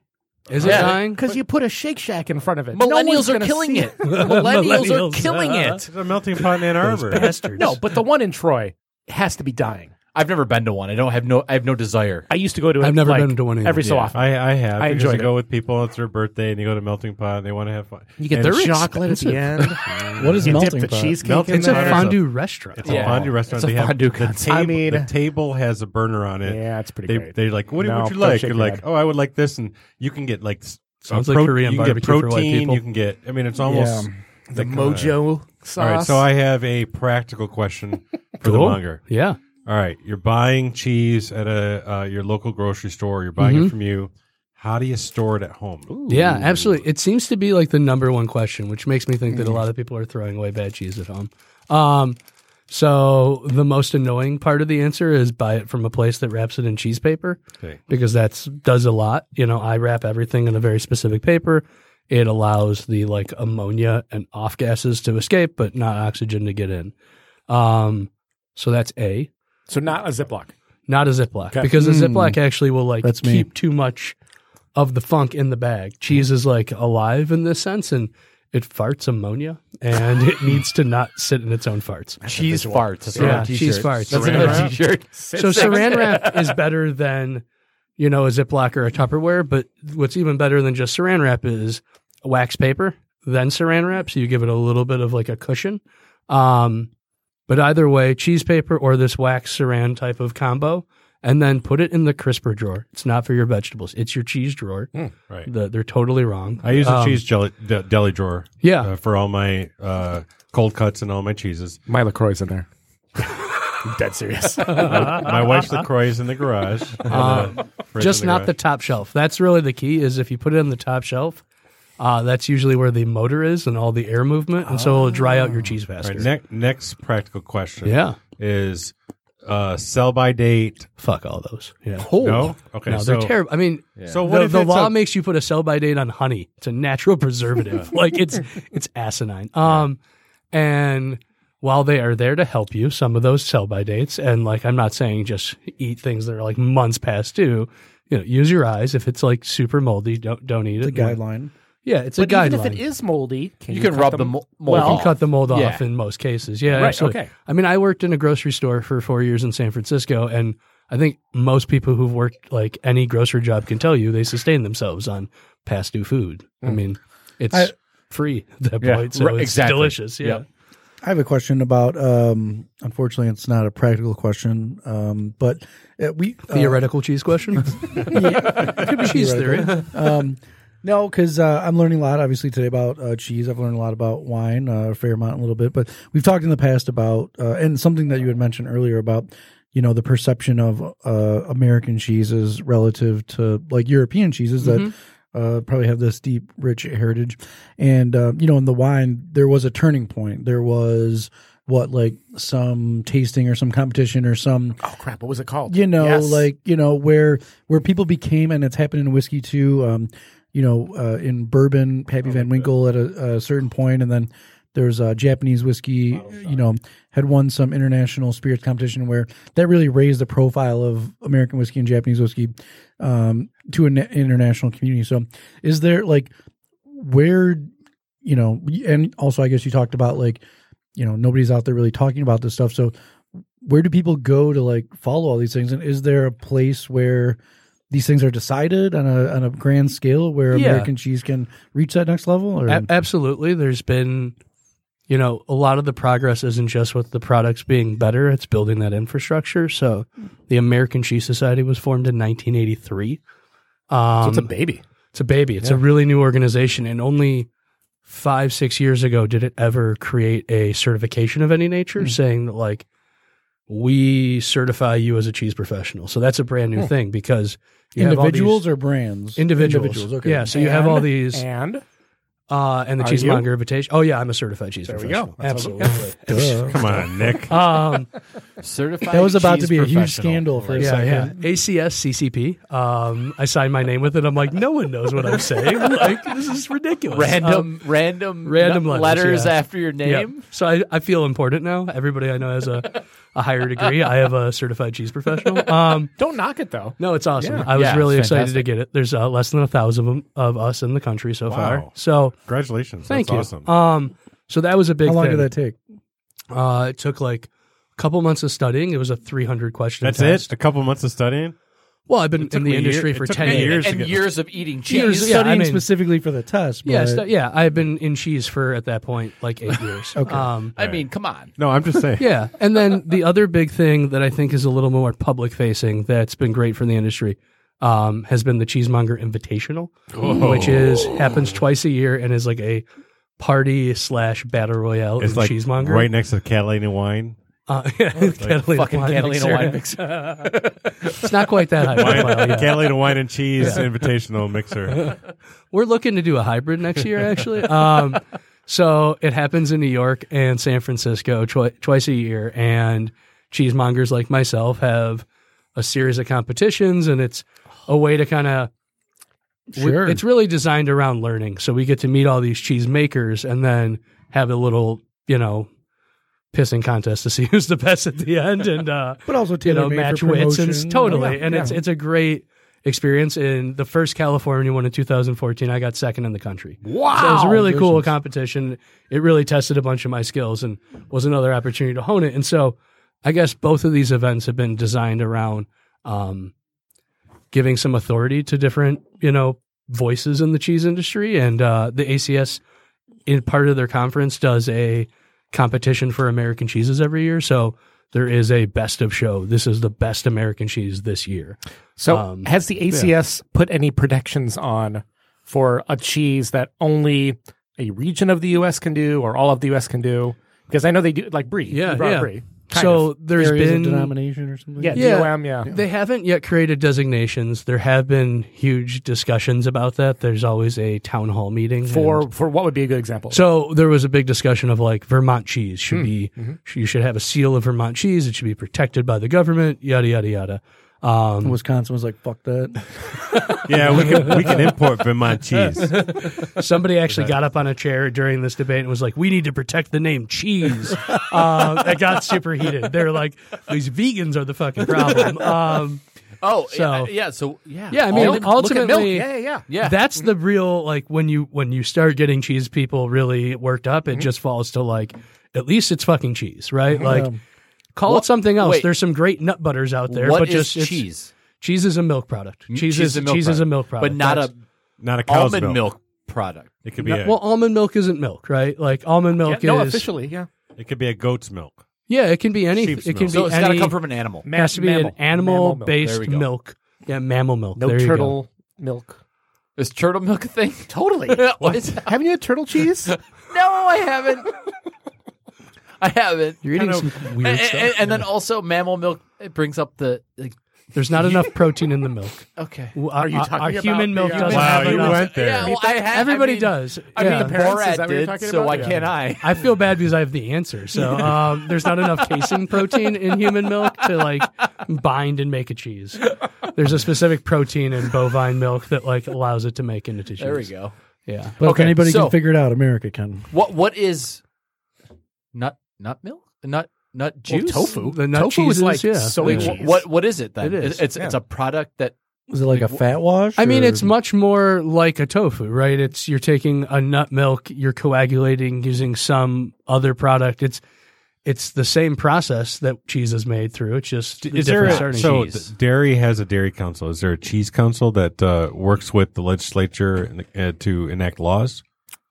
[SPEAKER 5] Is
[SPEAKER 2] Yeah.
[SPEAKER 5] it dying?
[SPEAKER 3] Because you put a Shake Shack in front of it. No one's
[SPEAKER 2] Millennials are
[SPEAKER 3] gonna
[SPEAKER 2] killing
[SPEAKER 3] see
[SPEAKER 2] it. Millennials,
[SPEAKER 5] Millennials,
[SPEAKER 2] are killing
[SPEAKER 5] uh-huh.
[SPEAKER 2] it.
[SPEAKER 4] there's uh, a melting pot in Ann Arbor.
[SPEAKER 5] Bastards.
[SPEAKER 3] No, but the one in Troy has to be dying.
[SPEAKER 2] I've never been to one. I don't have no. I have no desire.
[SPEAKER 3] I used to go to it.
[SPEAKER 5] I've never
[SPEAKER 3] like,
[SPEAKER 5] been to one either.
[SPEAKER 3] every so
[SPEAKER 2] Yeah.
[SPEAKER 3] often.
[SPEAKER 4] I, I have.
[SPEAKER 3] I
[SPEAKER 4] because
[SPEAKER 3] enjoyed
[SPEAKER 4] you
[SPEAKER 3] it.
[SPEAKER 4] go with people. It's their birthday, and you go to melting pot. and They want to have fun.
[SPEAKER 3] You get
[SPEAKER 4] And
[SPEAKER 3] the
[SPEAKER 4] it's
[SPEAKER 3] chocolate at the end.
[SPEAKER 7] What is
[SPEAKER 3] you dip
[SPEAKER 7] melting
[SPEAKER 3] the
[SPEAKER 7] pot?
[SPEAKER 3] cheesecake
[SPEAKER 4] Melting
[SPEAKER 3] in
[SPEAKER 5] it's a
[SPEAKER 4] pot
[SPEAKER 3] there.
[SPEAKER 4] is
[SPEAKER 5] fondue restaurant.
[SPEAKER 4] It's a
[SPEAKER 2] Yeah.
[SPEAKER 4] fondue restaurant.
[SPEAKER 2] It's a
[SPEAKER 4] they have
[SPEAKER 2] fondue
[SPEAKER 4] the
[SPEAKER 2] concept.
[SPEAKER 4] table-
[SPEAKER 3] I mean-
[SPEAKER 4] the table has a burner on it.
[SPEAKER 3] Yeah, it's pretty
[SPEAKER 4] they,
[SPEAKER 3] great.
[SPEAKER 4] They're like, what, do-
[SPEAKER 3] No,
[SPEAKER 4] what you
[SPEAKER 3] don't
[SPEAKER 4] like?
[SPEAKER 3] shake
[SPEAKER 4] You're
[SPEAKER 3] your
[SPEAKER 4] like,
[SPEAKER 3] head.
[SPEAKER 4] oh, I would like this, and you can get like s-
[SPEAKER 5] Sounds
[SPEAKER 4] a
[SPEAKER 5] like Korean
[SPEAKER 4] you can get
[SPEAKER 5] barbecue for white
[SPEAKER 4] protein.
[SPEAKER 5] people.
[SPEAKER 4] You can get. I mean, it's almost
[SPEAKER 3] The mojo sauce.
[SPEAKER 4] All right, so I have a practical question for the
[SPEAKER 5] Cool.
[SPEAKER 4] monger.
[SPEAKER 5] Yeah.
[SPEAKER 4] All right, you're buying cheese at a uh, your local grocery store. You're buying it from you. How do you store it at home?
[SPEAKER 5] Yeah, absolutely. It seems to be like the number one question, which makes me think that a lot of people are throwing away bad cheese at home. Um, so the most annoying part of the answer is buy it from a place that wraps it in cheese paper
[SPEAKER 4] Okay.
[SPEAKER 5] because that's does a lot. You know, I wrap everything in a very specific paper. It allows the like ammonia and off gases to escape, but not oxygen to get in. Um, so that's A,
[SPEAKER 3] so not a Ziploc.
[SPEAKER 5] not a Ziploc,
[SPEAKER 3] Okay.
[SPEAKER 5] because a Ziploc actually will like
[SPEAKER 7] Hmm. That's me.
[SPEAKER 5] keep too much of the funk in the bag. Cheese is like alive in this sense, and it farts ammonia, and it needs to not sit in its own farts.
[SPEAKER 2] cheese farts. That's
[SPEAKER 5] Yeah,
[SPEAKER 2] another t-shirt.
[SPEAKER 5] cheese farts.
[SPEAKER 2] That's
[SPEAKER 5] Saran
[SPEAKER 2] another
[SPEAKER 5] wrap.
[SPEAKER 2] t-shirt.
[SPEAKER 5] So saran wrap is better than you know a Ziploc or a Tupperware, but what's even better than just saran wrap is wax paper, then saran wrap, so you give it a little bit of like a cushion. Um, but either way, cheese paper or this wax saran type of combo, and then put it in the crisper drawer. It's not for your vegetables; it's your cheese drawer.
[SPEAKER 4] Hmm, right.
[SPEAKER 5] The- they're totally wrong.
[SPEAKER 4] I use a
[SPEAKER 5] Um,
[SPEAKER 4] cheese jelly, de- deli drawer.
[SPEAKER 5] Yeah.
[SPEAKER 4] uh, for all my uh, cold cuts and all my cheeses.
[SPEAKER 3] My LaCroix's in there. I'm dead serious.
[SPEAKER 4] my, my wife's Lacroix is in the garage.
[SPEAKER 5] just not the top shelf. That's really the key. Is if you put it on the top shelf, uh, that's usually where the motor is and all the air movement, and so it'll dry out your cheese faster.
[SPEAKER 4] Right, ne- next practical question.
[SPEAKER 5] Yeah.
[SPEAKER 4] is uh, sell by date.
[SPEAKER 5] Fuck all those. Yeah.
[SPEAKER 4] No, okay.
[SPEAKER 5] No,
[SPEAKER 4] so,
[SPEAKER 5] they're terrible. I mean,
[SPEAKER 4] So what
[SPEAKER 5] the,
[SPEAKER 4] if
[SPEAKER 5] the
[SPEAKER 4] it's
[SPEAKER 5] law
[SPEAKER 4] a-
[SPEAKER 5] makes you put a sell by date on honey. It's a natural preservative. like it's it's asinine. Um, and while they are there to help you, some of those sell by dates, and like I'm not saying just eat things that are like months past due. You know, use your eyes. If it's like super moldy, don't don't eat
[SPEAKER 6] The
[SPEAKER 5] it.
[SPEAKER 6] guideline.
[SPEAKER 5] Yeah, it's
[SPEAKER 3] but
[SPEAKER 5] a guideline.
[SPEAKER 3] even if it is moldy, can
[SPEAKER 2] You
[SPEAKER 3] you,
[SPEAKER 2] can
[SPEAKER 3] cut
[SPEAKER 2] rub
[SPEAKER 3] them?
[SPEAKER 2] the mo- mold
[SPEAKER 5] You
[SPEAKER 2] off.
[SPEAKER 5] can cut the mold
[SPEAKER 2] Yeah.
[SPEAKER 5] off in most cases. Yeah,
[SPEAKER 3] Right,
[SPEAKER 5] absolutely.
[SPEAKER 3] okay.
[SPEAKER 5] I mean, I worked in a grocery store for four years in San Francisco, and I think most people who've worked like any grocery job can tell you they sustain themselves on past due food. I mean, it's
[SPEAKER 6] I-
[SPEAKER 5] free at that
[SPEAKER 2] Mm. Yeah,
[SPEAKER 5] point, so
[SPEAKER 2] right,
[SPEAKER 5] it's
[SPEAKER 2] exactly.
[SPEAKER 5] delicious. Yeah,
[SPEAKER 2] Yep.
[SPEAKER 6] I have a question about. Um, unfortunately, it's not a practical question, um, but uh, we uh,
[SPEAKER 5] theoretical cheese question. could be cheese theory.
[SPEAKER 6] um, no, because uh, I'm learning a lot, obviously, today about uh, cheese. I've learned a lot about wine, uh, a fair amount, a little bit. But we've talked in the past about, uh, and something that you had mentioned earlier about, you know, the perception of uh, American cheeses relative to like European cheeses that.
[SPEAKER 5] Mm-hmm.
[SPEAKER 6] Uh, probably have this deep, rich heritage, and uh, you know, in the wine, there was a turning point. There was what, like, some tasting or some competition or some
[SPEAKER 3] Oh crap! What was it called?
[SPEAKER 6] you know,
[SPEAKER 3] Yes.
[SPEAKER 6] like you know where where people became, and it's happened in whiskey too. Um, you know, uh, in bourbon, Pappy Van Winkle at a, a certain point, and then there's uh, Japanese whiskey. You know, had won some international spirits competition where that really raised the profile of American whiskey and Japanese whiskey um, to an international community. So, is there like where you know, and also I guess you talked about like you know nobody's out there really talking about this stuff, so where do people go to like follow all these things and is there a place where these things are decided on a on a grand scale where
[SPEAKER 5] Yeah.
[SPEAKER 6] American cheese can reach that next level or
[SPEAKER 5] A- absolutely. There's been, you know, a lot of the progress isn't just with the products being better, it's building that infrastructure. So the American Cheese Society was formed in 1983. Um,
[SPEAKER 3] so it's a baby.
[SPEAKER 5] it's a baby. It's a really new organization. And only five, six years ago did it ever create a certification of any nature
[SPEAKER 3] Hmm.
[SPEAKER 5] saying that, like, we certify you as a cheese professional. So that's a brand
[SPEAKER 3] Hmm.
[SPEAKER 5] new thing because you have all these-
[SPEAKER 6] individuals or brands
[SPEAKER 5] individuals.
[SPEAKER 6] individuals okay
[SPEAKER 5] Yeah. So you have all
[SPEAKER 3] And-
[SPEAKER 5] these
[SPEAKER 3] and
[SPEAKER 5] uh, and the
[SPEAKER 3] Are
[SPEAKER 5] cheesemonger invitation. Oh yeah, I'm a certified cheese
[SPEAKER 3] There we
[SPEAKER 5] professional.
[SPEAKER 3] go. That's what-
[SPEAKER 5] Absolutely.
[SPEAKER 4] Come on, Nick.
[SPEAKER 5] um,
[SPEAKER 2] Certified.
[SPEAKER 6] That was about
[SPEAKER 2] cheese
[SPEAKER 6] to be a huge
[SPEAKER 2] professional.
[SPEAKER 6] scandal for a
[SPEAKER 5] yeah, yeah.
[SPEAKER 6] second.
[SPEAKER 5] ACS CCP. Um, I signed my name with it. I'm like, no one knows what I'm saying. Like, this is ridiculous. Um,
[SPEAKER 2] Random, random,
[SPEAKER 5] random
[SPEAKER 2] nu-
[SPEAKER 5] letters, yeah.
[SPEAKER 2] after your
[SPEAKER 5] Yep.
[SPEAKER 2] name.
[SPEAKER 5] So I, I feel important now. Everybody I know has a, a higher degree. I have a certified cheese professional. Um,
[SPEAKER 3] Don't knock it though.
[SPEAKER 5] no, it's awesome. I was
[SPEAKER 2] Yeah,
[SPEAKER 5] really
[SPEAKER 2] it's
[SPEAKER 5] excited to get it. There's uh, less than a thousand of, 'em- of us in the country so far.
[SPEAKER 4] Wow.
[SPEAKER 5] So
[SPEAKER 4] Congratulations.
[SPEAKER 5] thank
[SPEAKER 4] That's
[SPEAKER 5] you.
[SPEAKER 4] awesome.
[SPEAKER 5] Um, so that was a big.
[SPEAKER 6] How long
[SPEAKER 5] thing.
[SPEAKER 6] did that take?
[SPEAKER 5] Uh, it took like a couple months of studying. It was a 300 question.
[SPEAKER 4] That's
[SPEAKER 5] test.
[SPEAKER 4] it? A couple months of studying?
[SPEAKER 5] Well, I've been in
[SPEAKER 4] me
[SPEAKER 5] the
[SPEAKER 4] a year-
[SPEAKER 5] industry
[SPEAKER 4] it
[SPEAKER 5] for
[SPEAKER 4] took
[SPEAKER 5] 10
[SPEAKER 4] me a year
[SPEAKER 5] years.
[SPEAKER 4] Years
[SPEAKER 2] and
[SPEAKER 4] ago.
[SPEAKER 2] years of eating
[SPEAKER 5] Years,
[SPEAKER 2] cheese.
[SPEAKER 5] yeah.
[SPEAKER 6] Studying
[SPEAKER 5] I mean-
[SPEAKER 6] specifically for the test. But,
[SPEAKER 5] Yeah, stu- yeah. I've been in cheese for at that point like eight years.
[SPEAKER 6] Okay.
[SPEAKER 5] Um,
[SPEAKER 2] I mean, come on.
[SPEAKER 4] No, I'm just saying.
[SPEAKER 5] yeah, and then the other big thing that I think is a little more public facing that's been great for the industry um, has been the Cheesemonger Invitational,
[SPEAKER 4] Oh.
[SPEAKER 5] which is happens twice a year and is like a party slash battle royale
[SPEAKER 4] It's
[SPEAKER 5] in
[SPEAKER 4] like
[SPEAKER 5] cheesemonger.
[SPEAKER 4] right next to Catalina wine.
[SPEAKER 5] uh, yeah, Catalina
[SPEAKER 2] Oh, fucking
[SPEAKER 5] wine
[SPEAKER 2] Catalina
[SPEAKER 5] mixer.
[SPEAKER 2] wine mixer.
[SPEAKER 5] it's not quite that high
[SPEAKER 4] Wine,
[SPEAKER 5] profile. yet.
[SPEAKER 4] Catalina wine and cheese invitational mixer.
[SPEAKER 5] We're looking to do a hybrid next year, actually. Um, so it happens in New York and San Francisco twi- twice a year, and cheesemongers like myself have a series of competitions, and it's a way to kind of.
[SPEAKER 6] Sure.
[SPEAKER 5] It's really designed around learning, so we get to meet all these cheese makers, and then have a little, you know, pissing contest to see who's the best at the end, and uh,
[SPEAKER 6] But also
[SPEAKER 5] you know,
[SPEAKER 6] tailor-made for
[SPEAKER 5] match wits and s-
[SPEAKER 6] promotion. Oh,
[SPEAKER 5] totally.
[SPEAKER 6] Yeah,
[SPEAKER 5] and it's
[SPEAKER 6] yeah.
[SPEAKER 5] it's a great experience. In the first California one in 2014, I got second in the country. Wow, so it was a really cool competition. It really tested a bunch of my skills and was another opportunity to hone it. And so, I guess both of these events have been designed around um, giving some authority to different you know voices in the cheese industry. And uh, the ACS, in part of their conference, does a competition for American cheeses every year. So there is a best of show. This is the best American cheese this year.
[SPEAKER 3] So
[SPEAKER 5] Um,
[SPEAKER 3] has the ACS put any predictions on for a cheese that only a region of the U.S. can do or all of the U.S. can do? Because I know they do like brie.
[SPEAKER 5] Yeah,
[SPEAKER 3] You brought
[SPEAKER 5] yeah.
[SPEAKER 3] Brie, kind
[SPEAKER 5] so
[SPEAKER 3] of.
[SPEAKER 5] there's
[SPEAKER 6] There is a
[SPEAKER 5] been
[SPEAKER 6] denomination or something.
[SPEAKER 3] yeah,
[SPEAKER 5] yeah.
[SPEAKER 3] DOM, yeah.
[SPEAKER 5] they haven't yet created designations. There have been huge discussions about that. There's always a town hall meeting and-
[SPEAKER 3] For for what would be a good example?
[SPEAKER 5] So there was a big discussion of like Vermont cheese should
[SPEAKER 3] Hmm.
[SPEAKER 5] be
[SPEAKER 3] Mm-hmm.
[SPEAKER 5] sh you should have a seal of Vermont cheese. It should be protected by the government. Yada yada yada. Um,
[SPEAKER 6] Wisconsin was like, fuck that.
[SPEAKER 4] yeah, we can we can import Vermont cheese.
[SPEAKER 5] somebody actually got up on a chair during this debate and was like, "We need to protect the name cheese." um, it got super heated. They're like, "These vegans are the fucking problem." Um,
[SPEAKER 2] Oh, yeah,
[SPEAKER 5] So-
[SPEAKER 2] yeah. So yeah,
[SPEAKER 5] Yeah, I mean,
[SPEAKER 2] Look at- look at milk.
[SPEAKER 5] ultimately-
[SPEAKER 2] yeah, yeah, yeah. yeah.
[SPEAKER 5] That's the real like when you when you start getting cheese people really worked up, it just falls to like at least it's fucking cheese, right? Like call
[SPEAKER 2] What-
[SPEAKER 5] it something else.
[SPEAKER 2] wait.
[SPEAKER 5] There's some great nut butters out there,
[SPEAKER 2] What
[SPEAKER 5] but
[SPEAKER 2] is
[SPEAKER 5] just it's-
[SPEAKER 2] cheese? Mm,
[SPEAKER 5] Cheese is a milk product. Cheese, is,
[SPEAKER 2] a
[SPEAKER 5] cheese is a milk product,
[SPEAKER 2] but not
[SPEAKER 5] That's-
[SPEAKER 2] a
[SPEAKER 4] Not a cow's
[SPEAKER 2] almond milk. product.
[SPEAKER 4] It could be a,
[SPEAKER 5] well, almond milk isn't milk, right? Like almond
[SPEAKER 3] Yeah,
[SPEAKER 5] milk
[SPEAKER 3] no,
[SPEAKER 5] is
[SPEAKER 3] officially, yeah.
[SPEAKER 4] it could be a goat's milk.
[SPEAKER 5] yeah, it can be any.
[SPEAKER 4] Sheep's
[SPEAKER 5] It can
[SPEAKER 4] milk.
[SPEAKER 2] So
[SPEAKER 5] be
[SPEAKER 2] it's got
[SPEAKER 5] any.
[SPEAKER 2] to come from an animal.
[SPEAKER 5] it has to be
[SPEAKER 3] Mammal-
[SPEAKER 5] an animal
[SPEAKER 3] mammal milk.
[SPEAKER 5] based
[SPEAKER 2] There we go.
[SPEAKER 5] milk. Yeah, mammal milk.
[SPEAKER 3] No
[SPEAKER 5] There you go.
[SPEAKER 3] turtle milk.
[SPEAKER 2] Is turtle milk a thing?
[SPEAKER 3] Totally.
[SPEAKER 2] What?
[SPEAKER 3] Haven't you had turtle cheese?
[SPEAKER 2] no, I haven't. I haven't.
[SPEAKER 5] You're eating some weird
[SPEAKER 2] and,
[SPEAKER 5] stuff.
[SPEAKER 2] and- and then also mammal milk. It brings up the. Like,
[SPEAKER 5] There's not enough protein in the milk.
[SPEAKER 2] okay.
[SPEAKER 5] Are
[SPEAKER 3] you talking
[SPEAKER 5] our
[SPEAKER 3] about
[SPEAKER 5] human
[SPEAKER 3] the,
[SPEAKER 5] milk
[SPEAKER 3] uh,
[SPEAKER 5] doesn't
[SPEAKER 3] Wow,
[SPEAKER 5] have
[SPEAKER 4] you
[SPEAKER 5] enough.
[SPEAKER 4] went there.
[SPEAKER 2] Yeah, well, I had,
[SPEAKER 5] Everybody
[SPEAKER 2] I mean,
[SPEAKER 5] does.
[SPEAKER 2] I
[SPEAKER 5] yeah.
[SPEAKER 2] mean,
[SPEAKER 3] parents, is that
[SPEAKER 2] Borat
[SPEAKER 3] what you're
[SPEAKER 2] did,
[SPEAKER 3] talking
[SPEAKER 2] so
[SPEAKER 3] about?
[SPEAKER 2] why
[SPEAKER 3] Yeah.
[SPEAKER 2] can't I?
[SPEAKER 5] I feel bad because I have the answer. So um, there's not enough casein protein in human milk to like bind and make a cheese. There's a specific protein in bovine milk that like allows it to make into cheese.
[SPEAKER 2] There we go.
[SPEAKER 5] Yeah.
[SPEAKER 6] But
[SPEAKER 2] Okay,
[SPEAKER 6] if anybody
[SPEAKER 2] so-
[SPEAKER 6] can figure it out, America can.
[SPEAKER 2] What what is nut nut milk? Nut nut juice?
[SPEAKER 3] tofu.
[SPEAKER 5] The nut
[SPEAKER 3] Tofu is
[SPEAKER 5] cheeses,
[SPEAKER 3] like
[SPEAKER 5] yeah.
[SPEAKER 3] soy
[SPEAKER 5] Yeah.
[SPEAKER 3] cheese.
[SPEAKER 2] What what is it then?
[SPEAKER 5] It is,
[SPEAKER 2] It's it's a product that
[SPEAKER 6] Is it like a fat wash?
[SPEAKER 5] I mean,
[SPEAKER 6] or-
[SPEAKER 5] it's much more like a tofu, right? It's you're taking a nut milk, you're coagulating using some other product. It's it's the same process that cheese is made through. It's just a different starting
[SPEAKER 4] so
[SPEAKER 5] cheese.
[SPEAKER 4] th- dairy has a dairy council? Is there a cheese council that uh, works with the legislature and the- uh, to enact laws?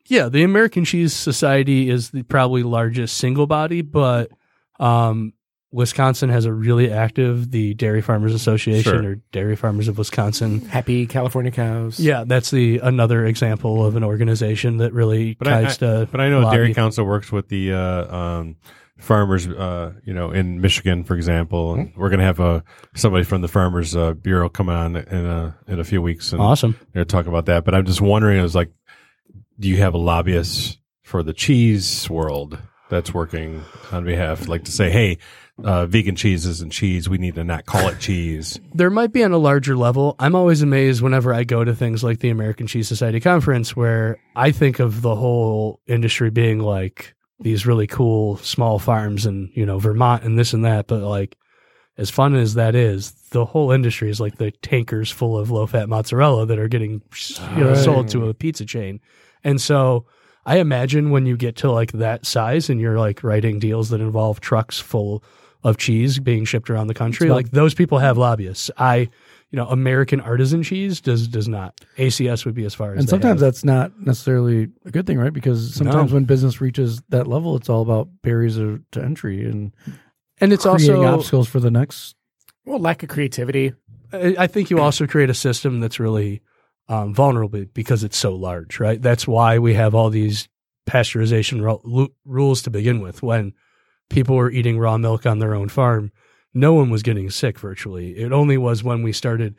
[SPEAKER 5] Yeah, the American Cheese Society is the probably largest single body, but um, Wisconsin has a really active the Dairy Farmers Association
[SPEAKER 4] Sure.
[SPEAKER 5] or Dairy Farmers of Wisconsin.
[SPEAKER 3] Happy California cows.
[SPEAKER 5] Yeah, that's the another example of an organization that really
[SPEAKER 4] But I-
[SPEAKER 5] tries
[SPEAKER 4] I,
[SPEAKER 5] to.
[SPEAKER 4] but I know
[SPEAKER 5] lobby.
[SPEAKER 4] dairy council works with the uh, um, farmers, uh, you know, in Michigan, for example. And we're going to have uh, somebody from the farmers uh, bureau come on in a in a few weeks and
[SPEAKER 5] Awesome.
[SPEAKER 4] you know, talk about that. But I'm just wondering, I was like, do you have a lobbyist for the cheese world that's working on behalf, like to say, hey, uh, vegan cheese isn't cheese. We need to not call it cheese.
[SPEAKER 5] there might be on a larger level. I'm always amazed whenever I go to things like the American Cheese Society conference, where I think of the whole industry being like these really cool small farms and you know Vermont and this and that. But like, as fun as that is, the whole industry is like the tankers full of low fat mozzarella that are getting you know, sold to a pizza chain, and so. I imagine when you get to like that size and you're like writing deals that involve trucks full of cheese being shipped around the country, like those people have lobbyists. I, you know, American artisan cheese does does not. ACS would be as far as.
[SPEAKER 6] And
[SPEAKER 5] they
[SPEAKER 6] sometimes
[SPEAKER 5] have.
[SPEAKER 6] that's not necessarily a good thing, right? Because sometimes when business reaches that level, it's all about barriers of, to entry and
[SPEAKER 5] and it's
[SPEAKER 6] creating
[SPEAKER 5] also.
[SPEAKER 6] obstacles for the next.
[SPEAKER 3] Well, lack of creativity.
[SPEAKER 5] I I think you also create a system that's really um, vulnerable because it's so large, right? That's why we have all these pasteurization ru- lu- rules to begin with. When people were eating raw milk on their own farm, no one was getting sick virtually. It only was when we started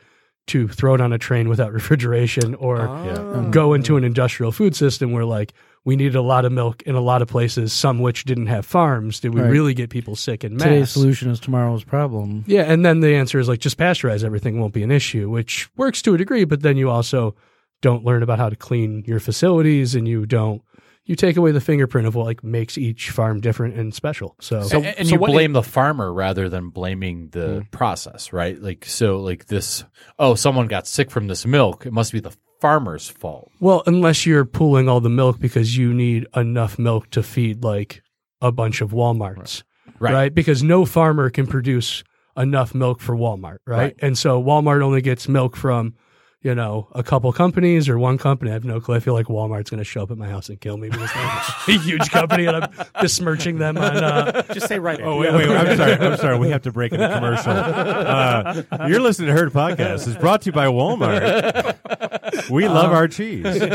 [SPEAKER 5] to throw it on a train without refrigeration or
[SPEAKER 3] Ah. um,
[SPEAKER 6] Oh.
[SPEAKER 5] go into an industrial food system where like we needed a lot of milk in a lot of places, some which didn't have farms. Did we
[SPEAKER 6] Right.
[SPEAKER 5] really get people sick in mass?
[SPEAKER 6] Today's solution is tomorrow's problem.
[SPEAKER 5] Yeah, and then the answer is like just pasteurize everything won't be an issue, which works to a degree, but then you also don't learn about how to clean your facilities and you don't you take away the fingerprint of what like makes each farm different and special. So,
[SPEAKER 2] So, Hmm. and,
[SPEAKER 5] so
[SPEAKER 2] you
[SPEAKER 5] what-
[SPEAKER 2] blame the farmer rather than blaming the process, right? Like so, like this. Oh, someone got sick from this milk. It must be the farmer's fault.
[SPEAKER 5] well, unless you're pooling all the milk because you need enough milk to feed like a bunch of Walmarts.
[SPEAKER 2] Right.
[SPEAKER 5] Because no farmer can produce enough milk for Walmart, right? And so Walmart only gets milk from, you know, a couple companies or one company. I have no clue. I feel like Walmart's going to show up at my house and kill me because they're a huge company and I'm besmirching them on. Uh,
[SPEAKER 3] Just say right.
[SPEAKER 4] Oh, wait, wait, wait, I'm sorry. I'm sorry. We have to break in a commercial. Uh, you're listening to Herd Podcast. It's brought to you by Walmart. We love our cheese. All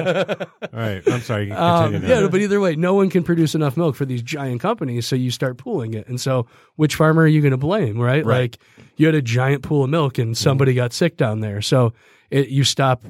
[SPEAKER 4] right. I'm sorry. You can
[SPEAKER 5] um,
[SPEAKER 4] continue
[SPEAKER 5] yeah,
[SPEAKER 4] now.
[SPEAKER 5] but either way, no one can produce enough milk for these giant companies, so you start pooling it. And so, which farmer are you going to blame, right? Like, you had a giant pool of milk, and somebody got sick down there. So it, you stop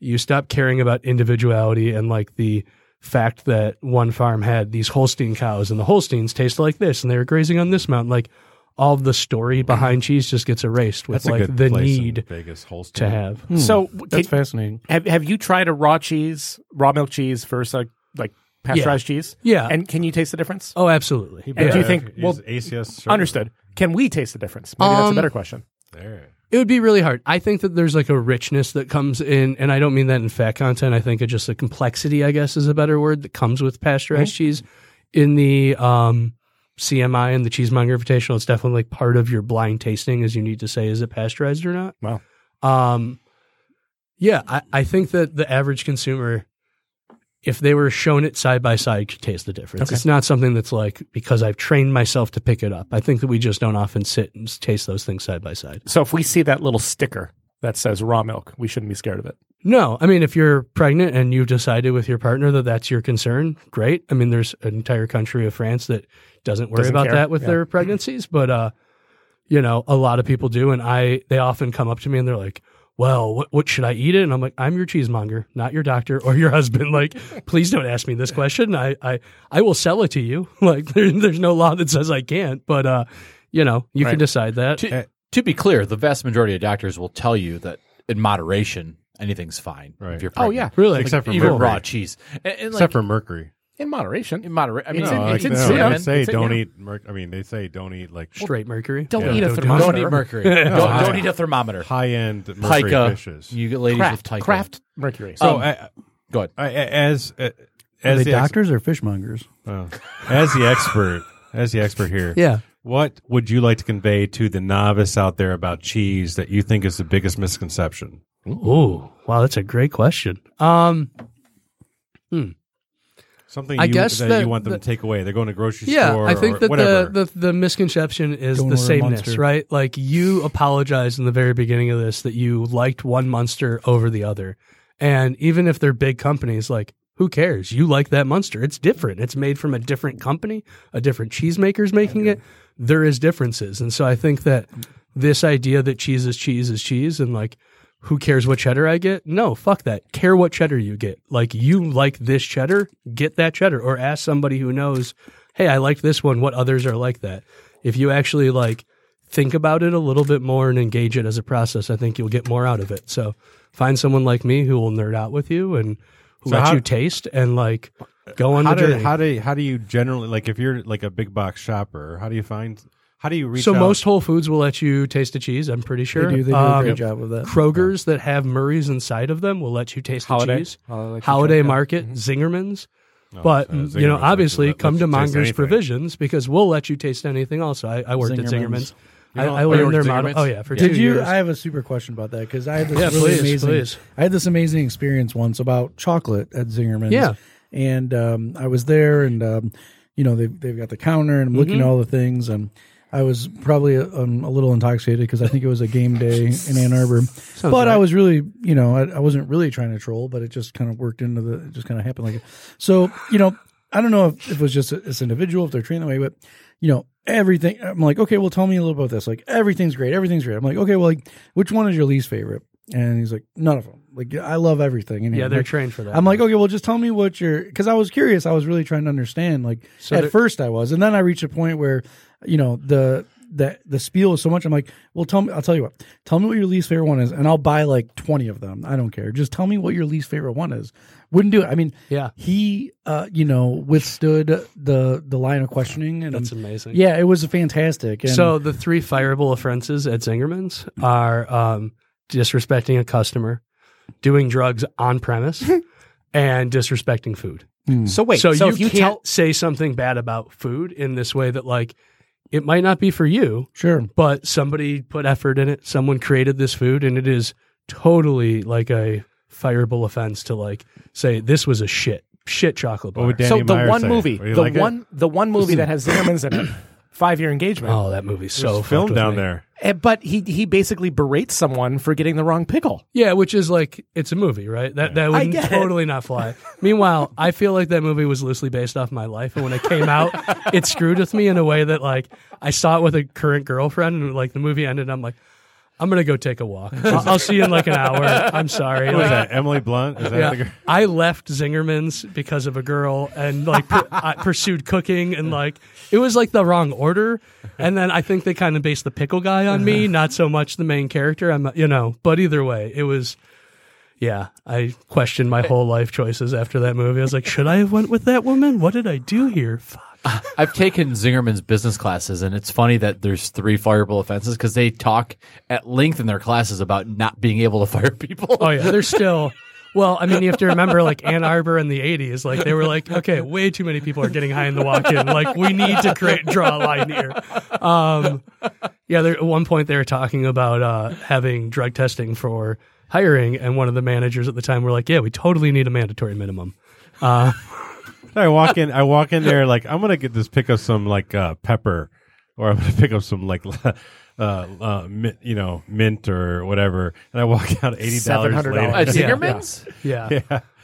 [SPEAKER 5] you stop caring about individuality and like the fact that one farm had these Holstein cows, and the Holsteins tasted like this, and they were grazing on this mountain. Like, all of the story behind cheese just gets erased with
[SPEAKER 4] That's a
[SPEAKER 5] like
[SPEAKER 4] good
[SPEAKER 5] the
[SPEAKER 4] place in
[SPEAKER 5] need
[SPEAKER 4] Vegas Holstein.
[SPEAKER 5] to have.
[SPEAKER 3] So
[SPEAKER 6] That's
[SPEAKER 3] can-
[SPEAKER 6] fascinating.
[SPEAKER 3] have have you tried a raw cheese, raw milk cheese versus like like pasteurized cheese?
[SPEAKER 5] Yeah.
[SPEAKER 3] And can you taste the difference?
[SPEAKER 5] Oh, absolutely.
[SPEAKER 4] He
[SPEAKER 5] Yeah.
[SPEAKER 4] better
[SPEAKER 3] do you think-
[SPEAKER 4] have-
[SPEAKER 3] well,
[SPEAKER 4] he's ACS certified.
[SPEAKER 3] Understood. Can we taste the difference? Maybe that's a
[SPEAKER 5] Um,
[SPEAKER 3] better question.
[SPEAKER 4] There.
[SPEAKER 5] It would be really hard. I think that there's like a richness that comes in, and I don't mean that in fat content. I think it just the complexity, I guess, is a better word that comes with pasteurized cheese. In the um, CMI and the Cheesemonger Invitational, it's definitely like part of your blind tasting, is you need to say is it pasteurized or not.
[SPEAKER 3] Wow.
[SPEAKER 5] Um, yeah, I, I think that the average consumer, if they were shown it side by side, could taste the difference. It's not something that's like because I've trained myself to pick it up. I think that we just don't often sit and taste those things side by side.
[SPEAKER 3] So if we see that little sticker that says raw milk, we shouldn't be scared of it.
[SPEAKER 5] No, I mean, if you're pregnant and you've decided with your partner that that's your concern, great. I mean, there's an entire country of France that doesn't worry
[SPEAKER 3] Doesn't
[SPEAKER 5] about
[SPEAKER 3] care,
[SPEAKER 5] that with
[SPEAKER 3] yeah.
[SPEAKER 5] their pregnancies, but uh, you know, a lot of people do, and I they often come up to me and they're like, "Well, what what should I eat it?" And I'm like, "I'm your cheesemonger, not your doctor or your husband. Like, please don't ask me this question. I I I will sell it to you. Like, there, there's no law that says I can't, but uh, you know, you can
[SPEAKER 3] Right.
[SPEAKER 5] decide that.
[SPEAKER 2] To, to be clear, the vast majority of doctors will tell you that in moderation, anything's fine.
[SPEAKER 4] Right.
[SPEAKER 2] If you're
[SPEAKER 3] Oh, yeah.
[SPEAKER 2] pregnant.
[SPEAKER 5] Really,
[SPEAKER 4] Except for
[SPEAKER 2] even
[SPEAKER 4] mercury.
[SPEAKER 2] raw cheese. And, and, like,
[SPEAKER 4] Except for mercury.
[SPEAKER 3] In
[SPEAKER 2] in
[SPEAKER 3] moderation.
[SPEAKER 2] moderation. I mean, it's,
[SPEAKER 3] It's in-
[SPEAKER 4] No,
[SPEAKER 2] it's
[SPEAKER 4] Oh, I-
[SPEAKER 2] in
[SPEAKER 4] no,
[SPEAKER 2] salmon.
[SPEAKER 4] They say
[SPEAKER 3] It's in-
[SPEAKER 4] don't
[SPEAKER 3] yeah.
[SPEAKER 4] eat. Merc- I mean, they say don't eat like
[SPEAKER 5] straight mercury.
[SPEAKER 2] Don't
[SPEAKER 4] Yeah.
[SPEAKER 2] eat a
[SPEAKER 3] Don't do
[SPEAKER 2] thermometer. Don't
[SPEAKER 3] mercury.
[SPEAKER 2] eat mercury. don't, don't eat a thermometer.
[SPEAKER 4] high-end mercury
[SPEAKER 2] Pica.
[SPEAKER 4] fishes.
[SPEAKER 2] You get ladies with
[SPEAKER 3] Craft,
[SPEAKER 2] pica.
[SPEAKER 3] craft mercury.
[SPEAKER 4] so,
[SPEAKER 2] um,
[SPEAKER 4] I,
[SPEAKER 2] Go ahead.
[SPEAKER 4] I, I- as uh,
[SPEAKER 6] Are
[SPEAKER 4] as
[SPEAKER 6] they
[SPEAKER 4] the ex-
[SPEAKER 6] doctors or fishmongers?
[SPEAKER 4] oh. as the expert, as the expert here,
[SPEAKER 5] Yeah.
[SPEAKER 4] What would you like to convey to the novice out there about cheese that you think is the biggest misconception?
[SPEAKER 5] Ooh, wow, that's a great question. Um,
[SPEAKER 4] Something
[SPEAKER 5] I
[SPEAKER 4] you,
[SPEAKER 5] guess
[SPEAKER 4] that,
[SPEAKER 5] that-
[SPEAKER 4] you want them
[SPEAKER 5] that-
[SPEAKER 4] to take away. They're going to grocery
[SPEAKER 5] yeah,
[SPEAKER 4] store.
[SPEAKER 5] I think
[SPEAKER 4] or
[SPEAKER 5] that
[SPEAKER 4] whatever.
[SPEAKER 5] the, the the misconception is
[SPEAKER 6] Don't
[SPEAKER 5] the
[SPEAKER 6] order a
[SPEAKER 5] sameness,
[SPEAKER 6] Munster.
[SPEAKER 5] right? Like you apologized in the very beginning of this that you liked one monster over the other, and even if they're big companies, like who cares? You like that monster. It's different. It's made from a different company, a different cheesemaker's making it. There is differences, and so I think that this idea that cheese is cheese is cheese, and like who cares what cheddar I get? No, fuck that. Care what cheddar you get. Like you like this cheddar, get that cheddar or ask somebody who knows, "Hey, I like this one. What others are like that?" If you actually like think about it a little bit more and engage it as a process, I think you'll get more out of it. So, find someone like me who will nerd out with you and who
[SPEAKER 4] So
[SPEAKER 5] lets
[SPEAKER 4] how-
[SPEAKER 5] you taste and like go on
[SPEAKER 4] how
[SPEAKER 5] the
[SPEAKER 4] do,
[SPEAKER 5] journey.
[SPEAKER 4] How do how do you generally like if you're like a big box shopper? How do you find? How do you reach?
[SPEAKER 5] so
[SPEAKER 4] out?
[SPEAKER 5] most Whole Foods will let you taste the cheese. I'm pretty sure
[SPEAKER 6] They do, they do a
[SPEAKER 5] Um,
[SPEAKER 6] great job of that.
[SPEAKER 5] Kroger's that have Murray's inside of them will let you taste the
[SPEAKER 3] Holiday.
[SPEAKER 5] cheese.
[SPEAKER 3] Holiday.
[SPEAKER 5] Holiday, Market, Zingerman's.
[SPEAKER 4] No,
[SPEAKER 5] But
[SPEAKER 4] Mm-hmm. Oh, so it's
[SPEAKER 5] you know,
[SPEAKER 4] ignorance, like,
[SPEAKER 5] obviously,
[SPEAKER 4] let-
[SPEAKER 5] come
[SPEAKER 4] let's
[SPEAKER 5] to
[SPEAKER 4] taste
[SPEAKER 5] Monger's
[SPEAKER 4] anything.
[SPEAKER 5] Provisions because we'll let you taste anything else. I, I worked
[SPEAKER 6] Zingerman's.
[SPEAKER 5] at Zingerman's.
[SPEAKER 4] You
[SPEAKER 5] I,
[SPEAKER 4] know-
[SPEAKER 5] I
[SPEAKER 4] Oh,
[SPEAKER 2] you
[SPEAKER 5] learned
[SPEAKER 2] worked
[SPEAKER 5] their
[SPEAKER 2] at
[SPEAKER 5] model.
[SPEAKER 2] Zingerman's?
[SPEAKER 5] Oh yeah, for
[SPEAKER 2] Yeah.
[SPEAKER 5] two
[SPEAKER 6] Did you?
[SPEAKER 5] years.
[SPEAKER 6] I have a super question about that because I had this
[SPEAKER 5] Yeah,
[SPEAKER 6] really
[SPEAKER 5] please,
[SPEAKER 6] amazing.
[SPEAKER 5] please.
[SPEAKER 6] I had this amazing experience once about chocolate at Zingerman's.
[SPEAKER 5] Yeah.
[SPEAKER 6] and um, I was there, and um, you know they've they've got the counter, and I'm looking at
[SPEAKER 5] Mm-hmm.
[SPEAKER 6] all the things, and I was probably um, a little intoxicated because I think it was a game day in Ann Arbor, but I was really, you know, I, I wasn't really trying to troll, but it just kind of worked into the, it just kind of happened like, so you know, I don't know if, if it was just this individual if they're trained that way, but you know, everything. I'm like, okay, well, tell me a little about this. Like, everything's great. Everything's great. I'm like, okay, well, like, which one is your least favorite? And he's like, none of them. Like, I love everything. And
[SPEAKER 5] yeah,
[SPEAKER 6] I'm
[SPEAKER 5] they're
[SPEAKER 6] like-
[SPEAKER 5] trained for that.
[SPEAKER 6] I'm like, okay, well, just tell me what your because I was curious. I was really trying to understand. Like
[SPEAKER 5] So
[SPEAKER 6] at
[SPEAKER 5] there-
[SPEAKER 6] first, I was, and then I reached a point where you know the the the spiel is so much. I'm like, well, tell me. I'll tell you what. Tell me what your least favorite one is, and I'll buy like 20 of them. I don't care. Just tell me what your least favorite one is. Wouldn't do it. I mean,
[SPEAKER 5] Yeah.
[SPEAKER 6] he, uh, you know, withstood the the line of questioning, and
[SPEAKER 5] That's amazing.
[SPEAKER 6] Mm. yeah, it was fantastic. And
[SPEAKER 5] So the three fireable offenses at Zingerman's are um, disrespecting a customer, doing drugs on premise, and disrespecting food.
[SPEAKER 3] So wait.
[SPEAKER 5] so,
[SPEAKER 3] So,
[SPEAKER 5] you,
[SPEAKER 3] if you
[SPEAKER 5] can't
[SPEAKER 3] tell
[SPEAKER 5] say something bad about food in this way that like it might not be for you,
[SPEAKER 6] sure,
[SPEAKER 5] but somebody put effort in it. Someone created this food, and it is totally like a fireable offense to like say this was a shit shit chocolate bar.
[SPEAKER 4] What would Danny
[SPEAKER 3] so the
[SPEAKER 4] Meyer
[SPEAKER 3] one
[SPEAKER 4] say?
[SPEAKER 3] movie,
[SPEAKER 4] Would he
[SPEAKER 3] the
[SPEAKER 4] like it?
[SPEAKER 3] one, the one movie that has Zingerman's in it, Five Year Engagement.
[SPEAKER 5] oh, that movie's
[SPEAKER 4] There's
[SPEAKER 5] so
[SPEAKER 4] film
[SPEAKER 5] fucked with
[SPEAKER 4] down
[SPEAKER 5] me.
[SPEAKER 4] there.
[SPEAKER 3] Eh, But he he basically berates someone for getting the wrong pickle.
[SPEAKER 5] Yeah, which is like it's a movie, right? That that
[SPEAKER 3] I
[SPEAKER 5] would
[SPEAKER 3] get it.
[SPEAKER 5] totally not fly. Meanwhile, I feel like that movie was loosely based off my life, and when it came out, it screwed with me in a way that like I saw it with a current girlfriend, and like the movie ended, and I'm like, I'm gonna go take a walk. I'll, I'll see you in like an hour. I'm sorry.
[SPEAKER 4] Who is
[SPEAKER 5] Like,
[SPEAKER 4] that? Emily Blunt? Is that the
[SPEAKER 5] yeah,
[SPEAKER 4] girl?
[SPEAKER 5] I left Zingerman's because of a girl, and like pur- I pursued cooking, and like it was like the wrong order. And then I think they kind of based the pickle guy on
[SPEAKER 4] Uh-huh.
[SPEAKER 5] me, not so much the main character. I'm, you know, but either way, it was. Yeah, I questioned my whole life choices after that movie. I was like, should I have went with that woman? What did I do here? Fuck.
[SPEAKER 2] I've taken Zingerman's business classes, and it's funny that there's three fireable offenses because they talk at length in their classes about not being able to fire people.
[SPEAKER 5] Oh yeah, they're still. Well, I mean, you have to remember, like Ann Arbor in the '80s, like they were like, okay, way too many people are getting high in the walk-in. Like we need to create draw a line here. Um, yeah, there, at one point they were talking about uh, having drug testing for hiring, and one of the managers at the time were like, yeah, we totally need a mandatory minimum.
[SPEAKER 4] I walk in. I walk in there like I'm gonna get this. Pick up some like uh, pepper, or I'm gonna pick up some like. Uh, uh, mint, you know, mint or whatever, and I walk out eighty dollars
[SPEAKER 3] $700.
[SPEAKER 2] At
[SPEAKER 4] later.
[SPEAKER 2] Zingerman's?
[SPEAKER 5] Yeah.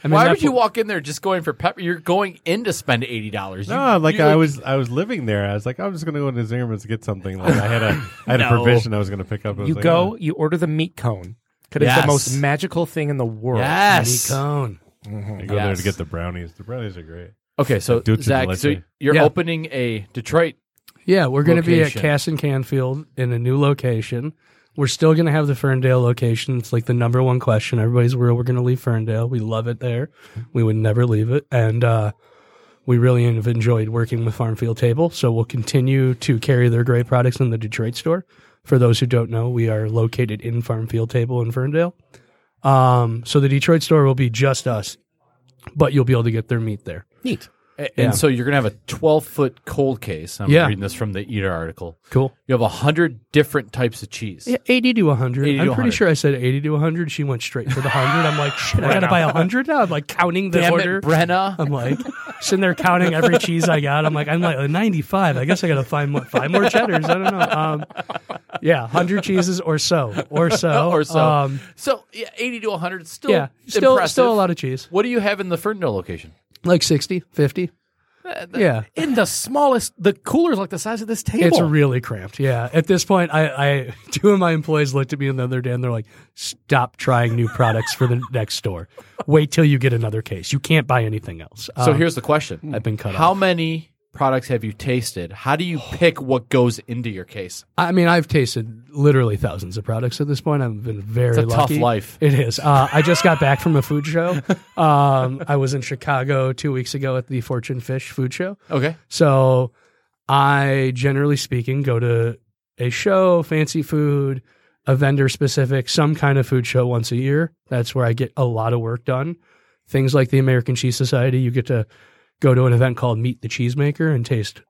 [SPEAKER 5] I
[SPEAKER 2] Why
[SPEAKER 5] that
[SPEAKER 2] would you
[SPEAKER 5] po-
[SPEAKER 2] walk in there just going for pepper? You're going in to spend eighty dollars.
[SPEAKER 4] No, like I was, I was living there. I was like, I'm just gonna go into Zingerman's to get something. Like I had a, I had a
[SPEAKER 2] No.
[SPEAKER 4] provision I was gonna pick up. I was
[SPEAKER 3] You
[SPEAKER 4] like,
[SPEAKER 3] go, you order the meat cone. Could it's
[SPEAKER 2] Yes.
[SPEAKER 3] the most magical thing in the world.
[SPEAKER 2] Yes.
[SPEAKER 5] Cone.
[SPEAKER 4] oh. You go there
[SPEAKER 2] Yes.
[SPEAKER 4] to get the brownies. The brownies are great.
[SPEAKER 2] Okay, so
[SPEAKER 4] Dulce de
[SPEAKER 2] Zach,
[SPEAKER 4] leche.
[SPEAKER 2] so you're
[SPEAKER 5] Yeah.
[SPEAKER 2] opening a Detroit.
[SPEAKER 5] Yeah, we're going to be at
[SPEAKER 2] Location.
[SPEAKER 5] Cass and Canfield in a new location. We're still going to have the Ferndale location. It's like the number one question. Everybody's real. We're going to leave Ferndale. We love it there. We would never leave it. And uh, we really have enjoyed working with Farmfield Table. So we'll continue to carry their great products in the Detroit store. For those who don't know, we are located in Farmfield Table in Ferndale. Um, so the Detroit store will be just us, but you'll be able to get their meat there.
[SPEAKER 3] Neat.
[SPEAKER 2] And
[SPEAKER 5] Yeah.
[SPEAKER 2] so you're going to have a 12 foot cold case. I'm
[SPEAKER 5] Yeah.
[SPEAKER 2] reading this from the Eater article.
[SPEAKER 5] Cool.
[SPEAKER 2] You have 100 different types of cheese.
[SPEAKER 5] Yeah, 80 to 100.
[SPEAKER 2] 80 to
[SPEAKER 5] I'm pretty
[SPEAKER 2] 100.
[SPEAKER 5] sure I said 80 to 100. She went straight for the 100. I'm like, shit, I got to buy 100 now. I'm like counting the
[SPEAKER 2] Damn
[SPEAKER 5] order.
[SPEAKER 2] it, Brenna.
[SPEAKER 5] I'm like sitting there counting every cheese I got. I'm like, I'm like 95. I guess I got to find more, five more cheddars. I don't know. Um, yeah, 100 cheeses or so. Or so.
[SPEAKER 2] Or so.
[SPEAKER 5] Um,
[SPEAKER 2] so yeah, 80 to 100 is still
[SPEAKER 5] yeah, still,
[SPEAKER 2] impressive.
[SPEAKER 5] still a lot of cheese.
[SPEAKER 2] What do you have in the Ferndale location?
[SPEAKER 5] Like 60, 50.
[SPEAKER 2] Uh,
[SPEAKER 5] yeah.
[SPEAKER 3] in the smallest. The cooler's like the size of this table.
[SPEAKER 5] It's really cramped. Yeah. At this point, I, I two of my employees looked at me the other day and they're like, "Stop trying new products for the next store. Wait till you get another case. You can't buy anything else."
[SPEAKER 2] So
[SPEAKER 5] Um,
[SPEAKER 2] here's the question:
[SPEAKER 5] I've been cut
[SPEAKER 2] How
[SPEAKER 5] off.
[SPEAKER 2] many products have you tasted? How do you pick what goes into your case?
[SPEAKER 5] I mean, I've tasted literally thousands of products at this point. I've been very
[SPEAKER 2] It's a tough
[SPEAKER 5] lucky.
[SPEAKER 2] life.
[SPEAKER 5] It is. Uh, I just got back from a food show. Um, I was in Chicago two weeks ago at the Fortune Fish Food Show.
[SPEAKER 2] Okay.
[SPEAKER 5] So I generally speaking go to a show, fancy food, a vendor specific, some kind of food show once a year. That's where I get a lot of work done. Things like the American Cheese Society, you get to go to an event called Meet the Cheesemaker and taste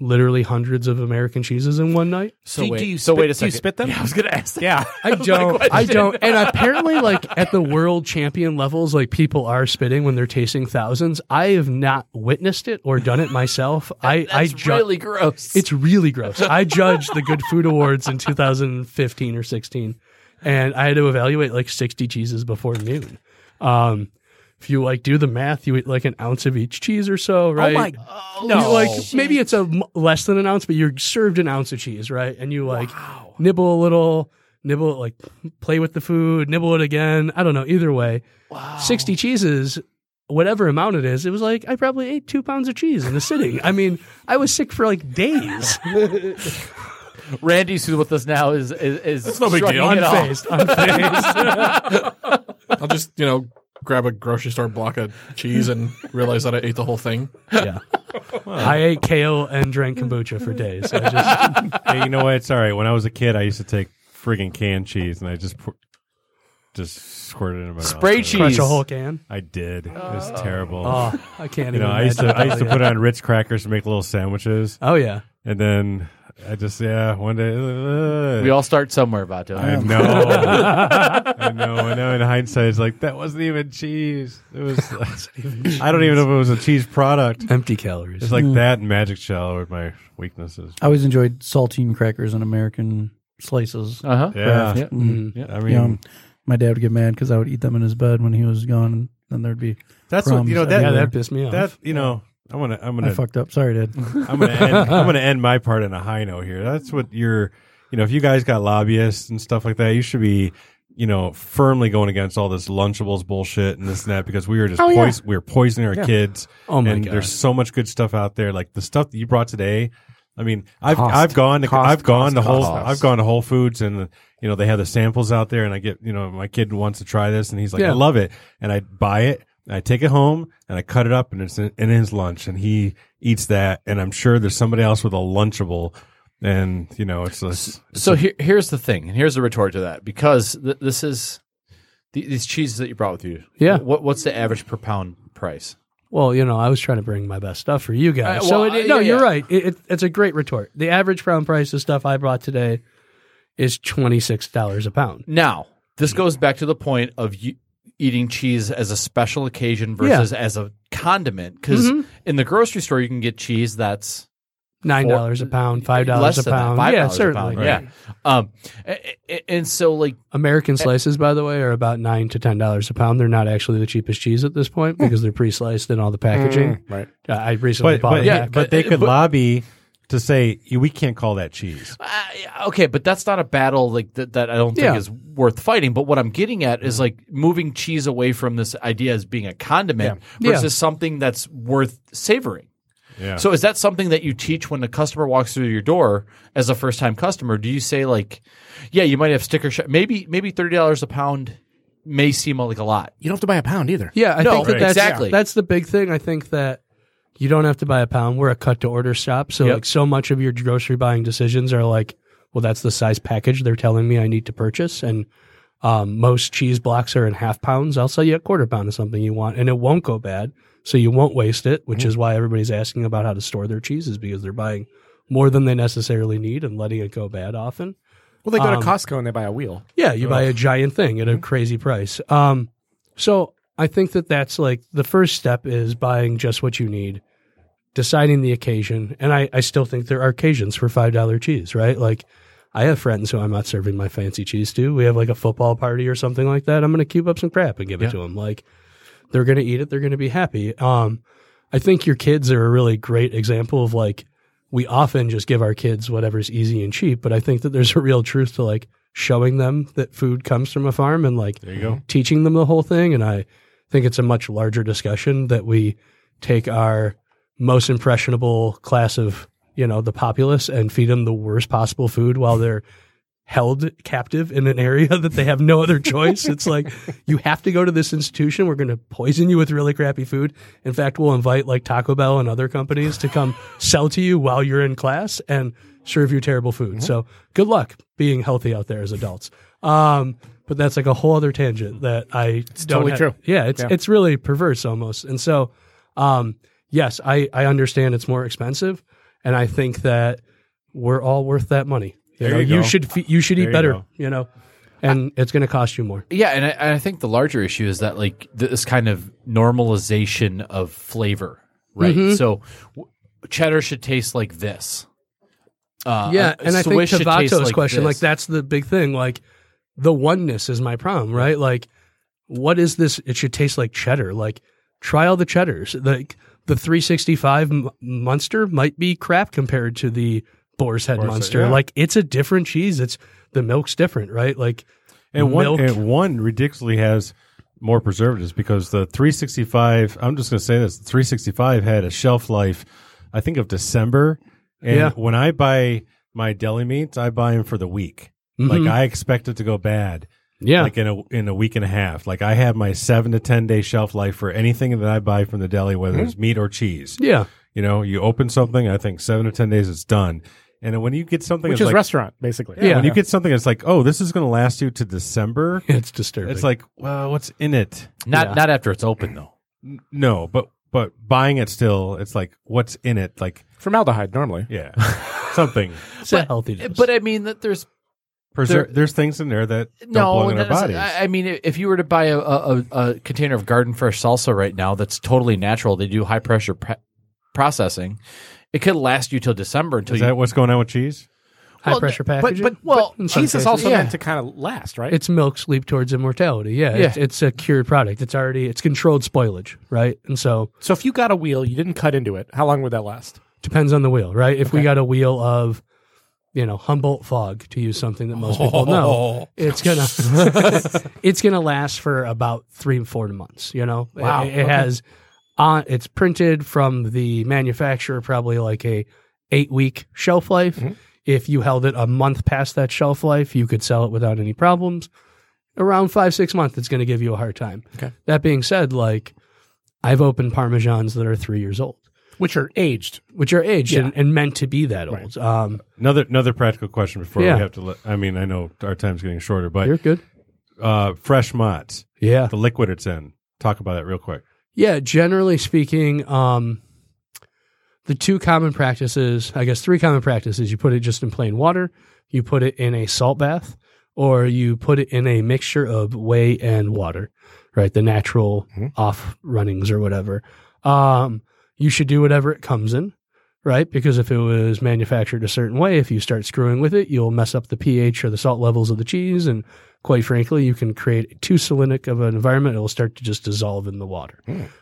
[SPEAKER 5] literally hundreds of American cheeses in one night.
[SPEAKER 2] So
[SPEAKER 3] Do- do
[SPEAKER 2] wait.
[SPEAKER 3] you
[SPEAKER 2] so
[SPEAKER 3] spit-
[SPEAKER 2] wait a
[SPEAKER 3] do you
[SPEAKER 2] second.
[SPEAKER 3] spit them?
[SPEAKER 2] Yeah, I was gonna ask that.
[SPEAKER 3] yeah.
[SPEAKER 5] I don't. I don't. And apparently, like at the world champion levels, like people are spitting when they're tasting thousands. I have not witnessed it or done it myself. I I
[SPEAKER 2] That's
[SPEAKER 5] ju-
[SPEAKER 2] really gross.
[SPEAKER 5] It's really gross. I judged the Good Food Awards in 2015 or 16, and I had to evaluate like 60 cheeses before noon. Um, if you like do the math, you eat like an ounce of each cheese or so, right?
[SPEAKER 3] Oh my.
[SPEAKER 5] You,
[SPEAKER 3] no.
[SPEAKER 5] like maybe it's a m- less than an ounce, but you're served an ounce of cheese, right? And you like nibble a little, nibble like play with the food, nibble it again. I don't know. Either way, sixty cheeses, whatever amount it is, it was like I probably ate two pounds of cheese in the sitting. I mean, I was sick for like days.
[SPEAKER 2] Randy's who's with us now is is, is
[SPEAKER 7] no big
[SPEAKER 2] shrugging
[SPEAKER 7] deal.
[SPEAKER 2] it off.
[SPEAKER 5] Unfazed, unfazed.
[SPEAKER 7] I'll just, you know, grab a grocery store block of cheese and realize that I ate the whole thing.
[SPEAKER 5] yeah. I ate kale and drank kombucha for days. I just,
[SPEAKER 4] hey, you know what? It's all right. When I was a kid, I used to take friggin' canned cheese and I just pour, just squirted it in my mouth.
[SPEAKER 2] Spray cheese.
[SPEAKER 5] crushed a whole can.
[SPEAKER 4] I did. It was terrible.
[SPEAKER 5] Oh, I can't
[SPEAKER 4] you
[SPEAKER 5] even.
[SPEAKER 4] know, I used to
[SPEAKER 5] imagine.
[SPEAKER 4] I used to put on Ritz crackers to make little sandwiches,
[SPEAKER 5] Oh yeah.
[SPEAKER 4] and then I just yeah one day. uh,
[SPEAKER 2] We all start somewhere, Vato.
[SPEAKER 4] I know. I know. I know. In hindsight, it's like that wasn't even cheese. It was. I don't even know if it was a cheese product.
[SPEAKER 5] Empty calories.
[SPEAKER 4] It's like
[SPEAKER 6] Hmm.
[SPEAKER 4] that and Magic Shell were my weaknesses.
[SPEAKER 6] I always enjoyed saltine crackers and American slices.
[SPEAKER 2] Uh huh.
[SPEAKER 4] Yeah.
[SPEAKER 2] Yeah.
[SPEAKER 5] Mm-hmm.
[SPEAKER 6] Mm.
[SPEAKER 4] I
[SPEAKER 6] You know,
[SPEAKER 4] mean,
[SPEAKER 6] my dad would get mad because I would eat them in his bed when he was gone, and then there'd be
[SPEAKER 4] that's what
[SPEAKER 6] crumbs
[SPEAKER 4] you know.
[SPEAKER 5] yeah,
[SPEAKER 4] That
[SPEAKER 6] everywhere.
[SPEAKER 5] that pissed me off.
[SPEAKER 4] that you know. I'm gonna. I'm
[SPEAKER 6] I
[SPEAKER 4] gonna.
[SPEAKER 6] fucked up. Sorry, Dad.
[SPEAKER 4] I'm gonna end, I'm gonna end my part on a high note here. That's what you're. You know, if you guys got lobbyists and stuff like that, you should be, you know, firmly going against all this Lunchables bullshit and this and that because we were just pois- we were poisoning our kids.
[SPEAKER 5] Oh, my
[SPEAKER 4] and
[SPEAKER 5] God.
[SPEAKER 4] There's so much good stuff out there. Like the stuff that you brought today. I mean, I've
[SPEAKER 3] Cost.
[SPEAKER 4] I've gone to
[SPEAKER 3] Cost,
[SPEAKER 4] I've
[SPEAKER 3] cost,
[SPEAKER 4] gone to Whole
[SPEAKER 3] cost.
[SPEAKER 4] I've gone to Whole Foods and you know they have the samples out there and I get you know my kid wants to try this and he's like
[SPEAKER 5] Yeah.
[SPEAKER 4] I love it and I buy it and I take it home and I cut it up and it's in, in his lunch and he eats that and I'm sure there's somebody else with a lunchable and you know it's this
[SPEAKER 2] So here, here's the thing, and here's the retort to that because th- this is th- these cheeses that you brought with you.
[SPEAKER 5] Yeah.
[SPEAKER 2] What what's the average per pound price?
[SPEAKER 5] Well, you know, I was trying to bring my best stuff for you guys.
[SPEAKER 2] Uh,
[SPEAKER 5] so
[SPEAKER 2] well,
[SPEAKER 5] it,
[SPEAKER 2] uh,
[SPEAKER 5] no,
[SPEAKER 2] yeah,
[SPEAKER 5] you're
[SPEAKER 2] yeah.
[SPEAKER 5] right. It, it, it's a great retort. The average pound price of stuff I brought today is twenty six dollars a pound.
[SPEAKER 2] Now
[SPEAKER 5] Mm.
[SPEAKER 2] this goes back to the point of you eating cheese as a special occasion versus as a condiment because
[SPEAKER 5] Mm-hmm.
[SPEAKER 2] in the grocery store you can get cheese that's
[SPEAKER 5] Nine dollars a pound, five dollars
[SPEAKER 2] less
[SPEAKER 5] a
[SPEAKER 2] than that,
[SPEAKER 5] pound.
[SPEAKER 2] $5
[SPEAKER 5] yeah,
[SPEAKER 2] a
[SPEAKER 5] certainly.
[SPEAKER 2] pound, yeah. Um, a- a- and so like
[SPEAKER 5] American slices, by the way, are about nine to ten dollars a pound. They're not actually the cheapest cheese at this point
[SPEAKER 2] Hmm.
[SPEAKER 5] because they're pre sliced and all the packaging. right. I recently
[SPEAKER 4] but
[SPEAKER 5] bought
[SPEAKER 4] but,
[SPEAKER 5] a
[SPEAKER 4] yeah,
[SPEAKER 5] pack.
[SPEAKER 4] but they could lobby to say we can't call that cheese
[SPEAKER 2] Uh, okay, but that's not a battle like that, that I don't think
[SPEAKER 5] Yeah. Mm-hmm.
[SPEAKER 2] is worth fighting. But what I'm getting at is like moving cheese away from this idea as being a condiment
[SPEAKER 5] Yeah.
[SPEAKER 2] versus something that's worth savoring.
[SPEAKER 4] yeah
[SPEAKER 2] So is that something that you teach when the customer walks through your door as a first time customer? Do you say like, yeah, you might have sticker shock. Maybe maybe thirty dollars a pound may seem like a lot.
[SPEAKER 3] You don't have to buy a pound either.
[SPEAKER 5] Yeah, I
[SPEAKER 2] No,
[SPEAKER 5] think that
[SPEAKER 2] right.
[SPEAKER 5] that's,
[SPEAKER 2] exactly.
[SPEAKER 5] that's the big thing. I think that you don't have to buy a pound. We're a cut to order shop. So,
[SPEAKER 2] Yep.
[SPEAKER 5] like, so much of your grocery buying decisions are like, well, that's the size package they're telling me I need to purchase. And um, most cheese blocks are in half pounds. I'll sell you a quarter pound of something you want, and it won't go bad. So, you won't waste it,
[SPEAKER 2] Mm-hmm.
[SPEAKER 5] which is why everybody's asking about how to store their cheeses because they're buying more than they necessarily need and letting it go bad often.
[SPEAKER 3] Well, they go
[SPEAKER 5] Um,
[SPEAKER 3] to Costco and they buy a wheel.
[SPEAKER 5] Yeah, you buy a giant thing at a crazy price. Um, so I think that that's like the first step is buying just what you need, deciding the occasion, and I, I still think there are occasions for five dollar cheese, right? Like I have friends who I'm not serving my fancy cheese to. We have like a football party or something like that. I'm going to cube up some crap and give it to them. Like they're going to eat it. They're going to be happy. Um, I think your kids are a really great example of like we often just give our kids whatever's easy and cheap, but I think that there's a real truth to like showing them that food comes from a farm and like
[SPEAKER 4] There you go.
[SPEAKER 5] teaching them the whole thing. And I think it's a much larger discussion that we take our most impressionable class of, you know, the populace and feed them the worst possible food while they're held captive in an area that they have no other choice. it's like, you have to go to this institution. We're going to poison you with really crappy food. In fact, we'll invite like Taco Bell and other companies to come sell to you while you're in class and serve you terrible food. So good luck being healthy out there as adults. Um, but that's like a whole other tangent that I don't
[SPEAKER 3] totally
[SPEAKER 5] have-
[SPEAKER 3] true.
[SPEAKER 5] Yeah, it's it's really perverse almost. And so, um, yes, I I understand it's more expensive, and I think that we're all worth that money. You, know,
[SPEAKER 4] you
[SPEAKER 5] you
[SPEAKER 4] go.
[SPEAKER 5] should fe- you should
[SPEAKER 4] There
[SPEAKER 5] eat
[SPEAKER 4] you
[SPEAKER 5] better.
[SPEAKER 4] go.
[SPEAKER 5] You know, and it's going to cost you more.
[SPEAKER 2] Yeah, and I, and I think the larger issue is that like th- this kind of normalization of flavor, right?
[SPEAKER 5] Mm-hmm.
[SPEAKER 2] So w- cheddar should taste like this. Uh,
[SPEAKER 5] yeah,
[SPEAKER 2] a-
[SPEAKER 5] and I think
[SPEAKER 2] Swiss
[SPEAKER 5] to
[SPEAKER 2] should taste
[SPEAKER 5] Vato's question, like
[SPEAKER 2] this.
[SPEAKER 5] that's the big thing. Like the oneness is my problem, right? Like what is this? It should taste like cheddar. Like try all the cheddars. Like the 365 m- Munster might be crap compared to the Boar's Head Munster. Like it's a different cheese. It's the milk's different, right? Like
[SPEAKER 4] And
[SPEAKER 5] milk.
[SPEAKER 4] one, and one ridiculously has more preservatives because the 365, I'm just going to say this, the 365 had a shelf life, I think, of December. And
[SPEAKER 5] Yeah.
[SPEAKER 4] when I buy my deli meats, I buy them for the week. Like I expect it to go bad,
[SPEAKER 5] Mm-hmm. yeah,
[SPEAKER 4] like in a in a week and a half. Like I have my seven to ten day shelf life for anything that I buy from the deli, whether
[SPEAKER 5] Mm-hmm.
[SPEAKER 4] it's meat or cheese.
[SPEAKER 5] yeah,
[SPEAKER 4] You know, you open something, I think seven to ten days it's done. And then when you get something,
[SPEAKER 3] which
[SPEAKER 4] that's
[SPEAKER 3] is
[SPEAKER 4] like,
[SPEAKER 3] restaurant basically.
[SPEAKER 5] Yeah.
[SPEAKER 4] when you get something, it's like, oh, this is going to last you to December.
[SPEAKER 5] it's disturbing.
[SPEAKER 4] It's like, well, what's in it?
[SPEAKER 2] not
[SPEAKER 5] yeah.
[SPEAKER 2] not after it's open though.
[SPEAKER 4] N- No, but but buying it still, it's like, what's in it? Like,
[SPEAKER 3] formaldehyde normally.
[SPEAKER 4] yeah, something.
[SPEAKER 5] it's a healthy. dose.
[SPEAKER 2] Eh, But I mean that there's
[SPEAKER 4] Preser-
[SPEAKER 2] There-
[SPEAKER 4] there's things in there that don't
[SPEAKER 2] no.
[SPEAKER 4] belong in our
[SPEAKER 2] that is-
[SPEAKER 4] bodies.
[SPEAKER 2] I I mean, i- if you were to buy a, a, a- a container of garden fresh salsa right now, that's totally natural. They do high pressure pre- processing. It could last you till December until
[SPEAKER 4] is
[SPEAKER 2] you
[SPEAKER 4] that what's going on with cheese?
[SPEAKER 5] high pressure
[SPEAKER 2] But,
[SPEAKER 5] packaging.
[SPEAKER 2] but well,
[SPEAKER 5] in some
[SPEAKER 3] Cheese is
[SPEAKER 5] cases,
[SPEAKER 3] also
[SPEAKER 2] yeah.
[SPEAKER 3] meant to kind of last, right?
[SPEAKER 5] It's milk's leap towards immortality. Yeah, It's,
[SPEAKER 2] Yeah.
[SPEAKER 5] it's a cured product. It's already it's controlled spoilage, right? And so
[SPEAKER 3] so if you got a wheel, you didn't cut into it. How long would that last?
[SPEAKER 5] depends on the wheel, right? If we got a wheel of you know Humboldt fog to use something that most people know, it's gonna it's gonna last for about three four months. You know, wow, it, it has on it's printed from the manufacturer probably like a eight week shelf life. If you held it a month past that shelf life, you could sell it without any problems. Around five six months, it's going to give you a hard time.
[SPEAKER 3] Okay.
[SPEAKER 5] That being said, like I've opened parmesans that are three years old
[SPEAKER 3] Which are aged.
[SPEAKER 5] which are aged
[SPEAKER 3] Yeah.
[SPEAKER 5] and, and meant to be that old. Um,
[SPEAKER 4] Another another practical question before
[SPEAKER 5] Yeah.
[SPEAKER 4] we have to. Let, I mean, I know our time's getting shorter,
[SPEAKER 5] you're
[SPEAKER 4] but
[SPEAKER 5] good.
[SPEAKER 4] uh, fresh mozz,
[SPEAKER 5] Yeah.
[SPEAKER 4] the liquid it's in. Talk about that real quick.
[SPEAKER 5] Yeah. Generally speaking, um, the two common practices, I guess three common practices, you put it just in plain water, you put it in a salt bath, or you put it in a mixture of whey and water, right? The natural off runnings or whatever. Um, you should do whatever it comes in, right? Because if it was manufactured a certain way, if you start screwing with it, you'll mess up the pH or the salt levels of the cheese. And quite frankly, you can create too salinic of an environment. It'll start to just dissolve in the water.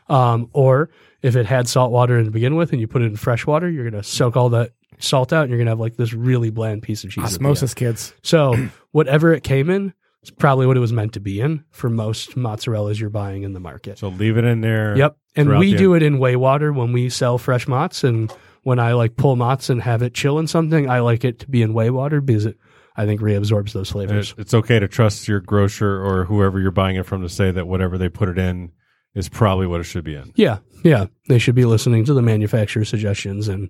[SPEAKER 5] Um, or if it had salt water in to begin with and you put it in fresh water, you're going to soak all that salt out and you're going to have like this really bland piece of cheese. at the end.
[SPEAKER 3] Osmosis kids.
[SPEAKER 5] So whatever it came in, it's probably what it was meant to be in for most mozzarellas you're buying in the market.
[SPEAKER 4] So leave it in there.
[SPEAKER 5] Yep. And
[SPEAKER 4] throughout
[SPEAKER 5] we
[SPEAKER 4] the-
[SPEAKER 5] do it in whey water when we sell fresh mozz. And when I like pull mozz and have it chill in something, I like it to be in whey water because it, I think, reabsorbs
[SPEAKER 4] And
[SPEAKER 5] those flavors.
[SPEAKER 4] It's, it's okay to trust your grocer or whoever you're buying it from to say that whatever they put it in is probably what it should be in.
[SPEAKER 5] yeah. Yeah. They should be listening to the manufacturer's suggestions and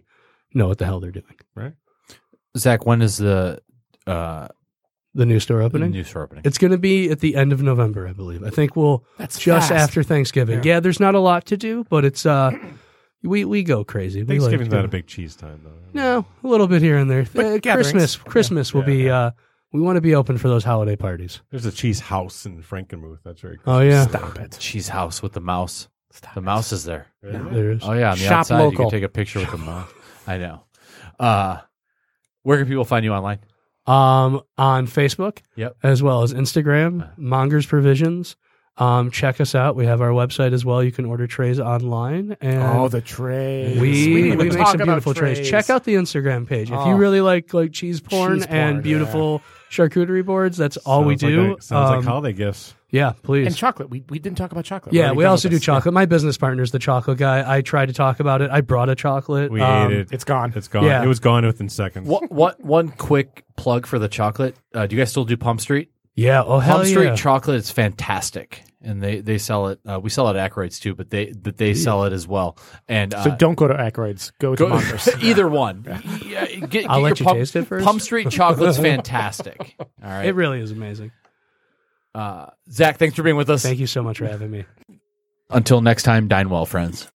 [SPEAKER 5] know what the hell they're doing.
[SPEAKER 2] Zach, when is the uh,
[SPEAKER 5] The new store opening?
[SPEAKER 2] new store opening?
[SPEAKER 5] It's going to be at the end of November, I believe. I think we'll
[SPEAKER 3] That's
[SPEAKER 5] just
[SPEAKER 3] fast.
[SPEAKER 5] after Thanksgiving. Yeah. there's not a lot to do, but it's uh, we we go crazy. We like
[SPEAKER 4] Thanksgiving's
[SPEAKER 5] to-
[SPEAKER 4] not a big cheese time though.
[SPEAKER 5] No, a little bit here and there. Uh,
[SPEAKER 3] gatherings.
[SPEAKER 5] Christmas, Christmas will be. Uh, we want to be open for those holiday parties.
[SPEAKER 4] There's a cheese house in Frankenmuth. That's very cool.
[SPEAKER 5] Oh yeah,
[SPEAKER 3] Stop it.
[SPEAKER 2] Cheese house with the mouse. the mouse is there.
[SPEAKER 5] there is.
[SPEAKER 2] Oh yeah, on the
[SPEAKER 3] Shop
[SPEAKER 2] outside you
[SPEAKER 3] local.
[SPEAKER 2] can take a picture with the mouse. I know. Uh, where can people find you online?
[SPEAKER 5] Um, on Facebook,
[SPEAKER 2] Yep.
[SPEAKER 4] Uh-huh.
[SPEAKER 5] as well as Instagram, Mongers Provisions. Um, check us out. We have our website as well. You can order trays online. And
[SPEAKER 3] Oh, the trays.
[SPEAKER 5] we,
[SPEAKER 3] didn't
[SPEAKER 5] we
[SPEAKER 3] even
[SPEAKER 5] make
[SPEAKER 3] talk
[SPEAKER 5] some
[SPEAKER 3] about
[SPEAKER 5] beautiful trays. Check out the Instagram page if you
[SPEAKER 3] Oh.
[SPEAKER 5] really like like cheese porn,
[SPEAKER 3] Cheese porn,
[SPEAKER 5] and beautiful charcuterie boards. That's all Oh, we
[SPEAKER 4] Sounds like
[SPEAKER 5] do.
[SPEAKER 4] a- sounds
[SPEAKER 5] Um,
[SPEAKER 4] like holiday gifts.
[SPEAKER 5] yeah, please.
[SPEAKER 3] and chocolate. We, we didn't talk about chocolate. We're
[SPEAKER 5] yeah,
[SPEAKER 3] already
[SPEAKER 5] we
[SPEAKER 3] done
[SPEAKER 5] also
[SPEAKER 3] with
[SPEAKER 5] do
[SPEAKER 3] this.
[SPEAKER 5] chocolate. My business partner's the chocolate guy. I tried to talk about it. I brought a chocolate.
[SPEAKER 4] We
[SPEAKER 5] Um,
[SPEAKER 4] ate it.
[SPEAKER 3] It's gone.
[SPEAKER 4] It's gone.
[SPEAKER 5] Yeah.
[SPEAKER 4] It was gone within seconds.
[SPEAKER 2] What, what one quick plug for the chocolate? Uh, do you guys still do Palm Street?
[SPEAKER 5] Yeah. Oh hell
[SPEAKER 2] Palm
[SPEAKER 5] yeah.
[SPEAKER 2] Street chocolate is fantastic, and they they sell it. Uh, we sell it at Ackroyd's too, but they but they sell it as well. And uh,
[SPEAKER 3] So don't go to Ackroyd's. Go to Montrose.
[SPEAKER 2] either one. Yeah, get- get
[SPEAKER 5] I'll
[SPEAKER 2] your
[SPEAKER 5] let you
[SPEAKER 2] Pump-
[SPEAKER 5] taste it first.
[SPEAKER 2] Pump Street chocolate's fantastic. All right,
[SPEAKER 5] It really is amazing.
[SPEAKER 2] uh, Zach, thanks for being with us.
[SPEAKER 5] Thank you so much for having me.
[SPEAKER 2] Until next time, dine well, friends.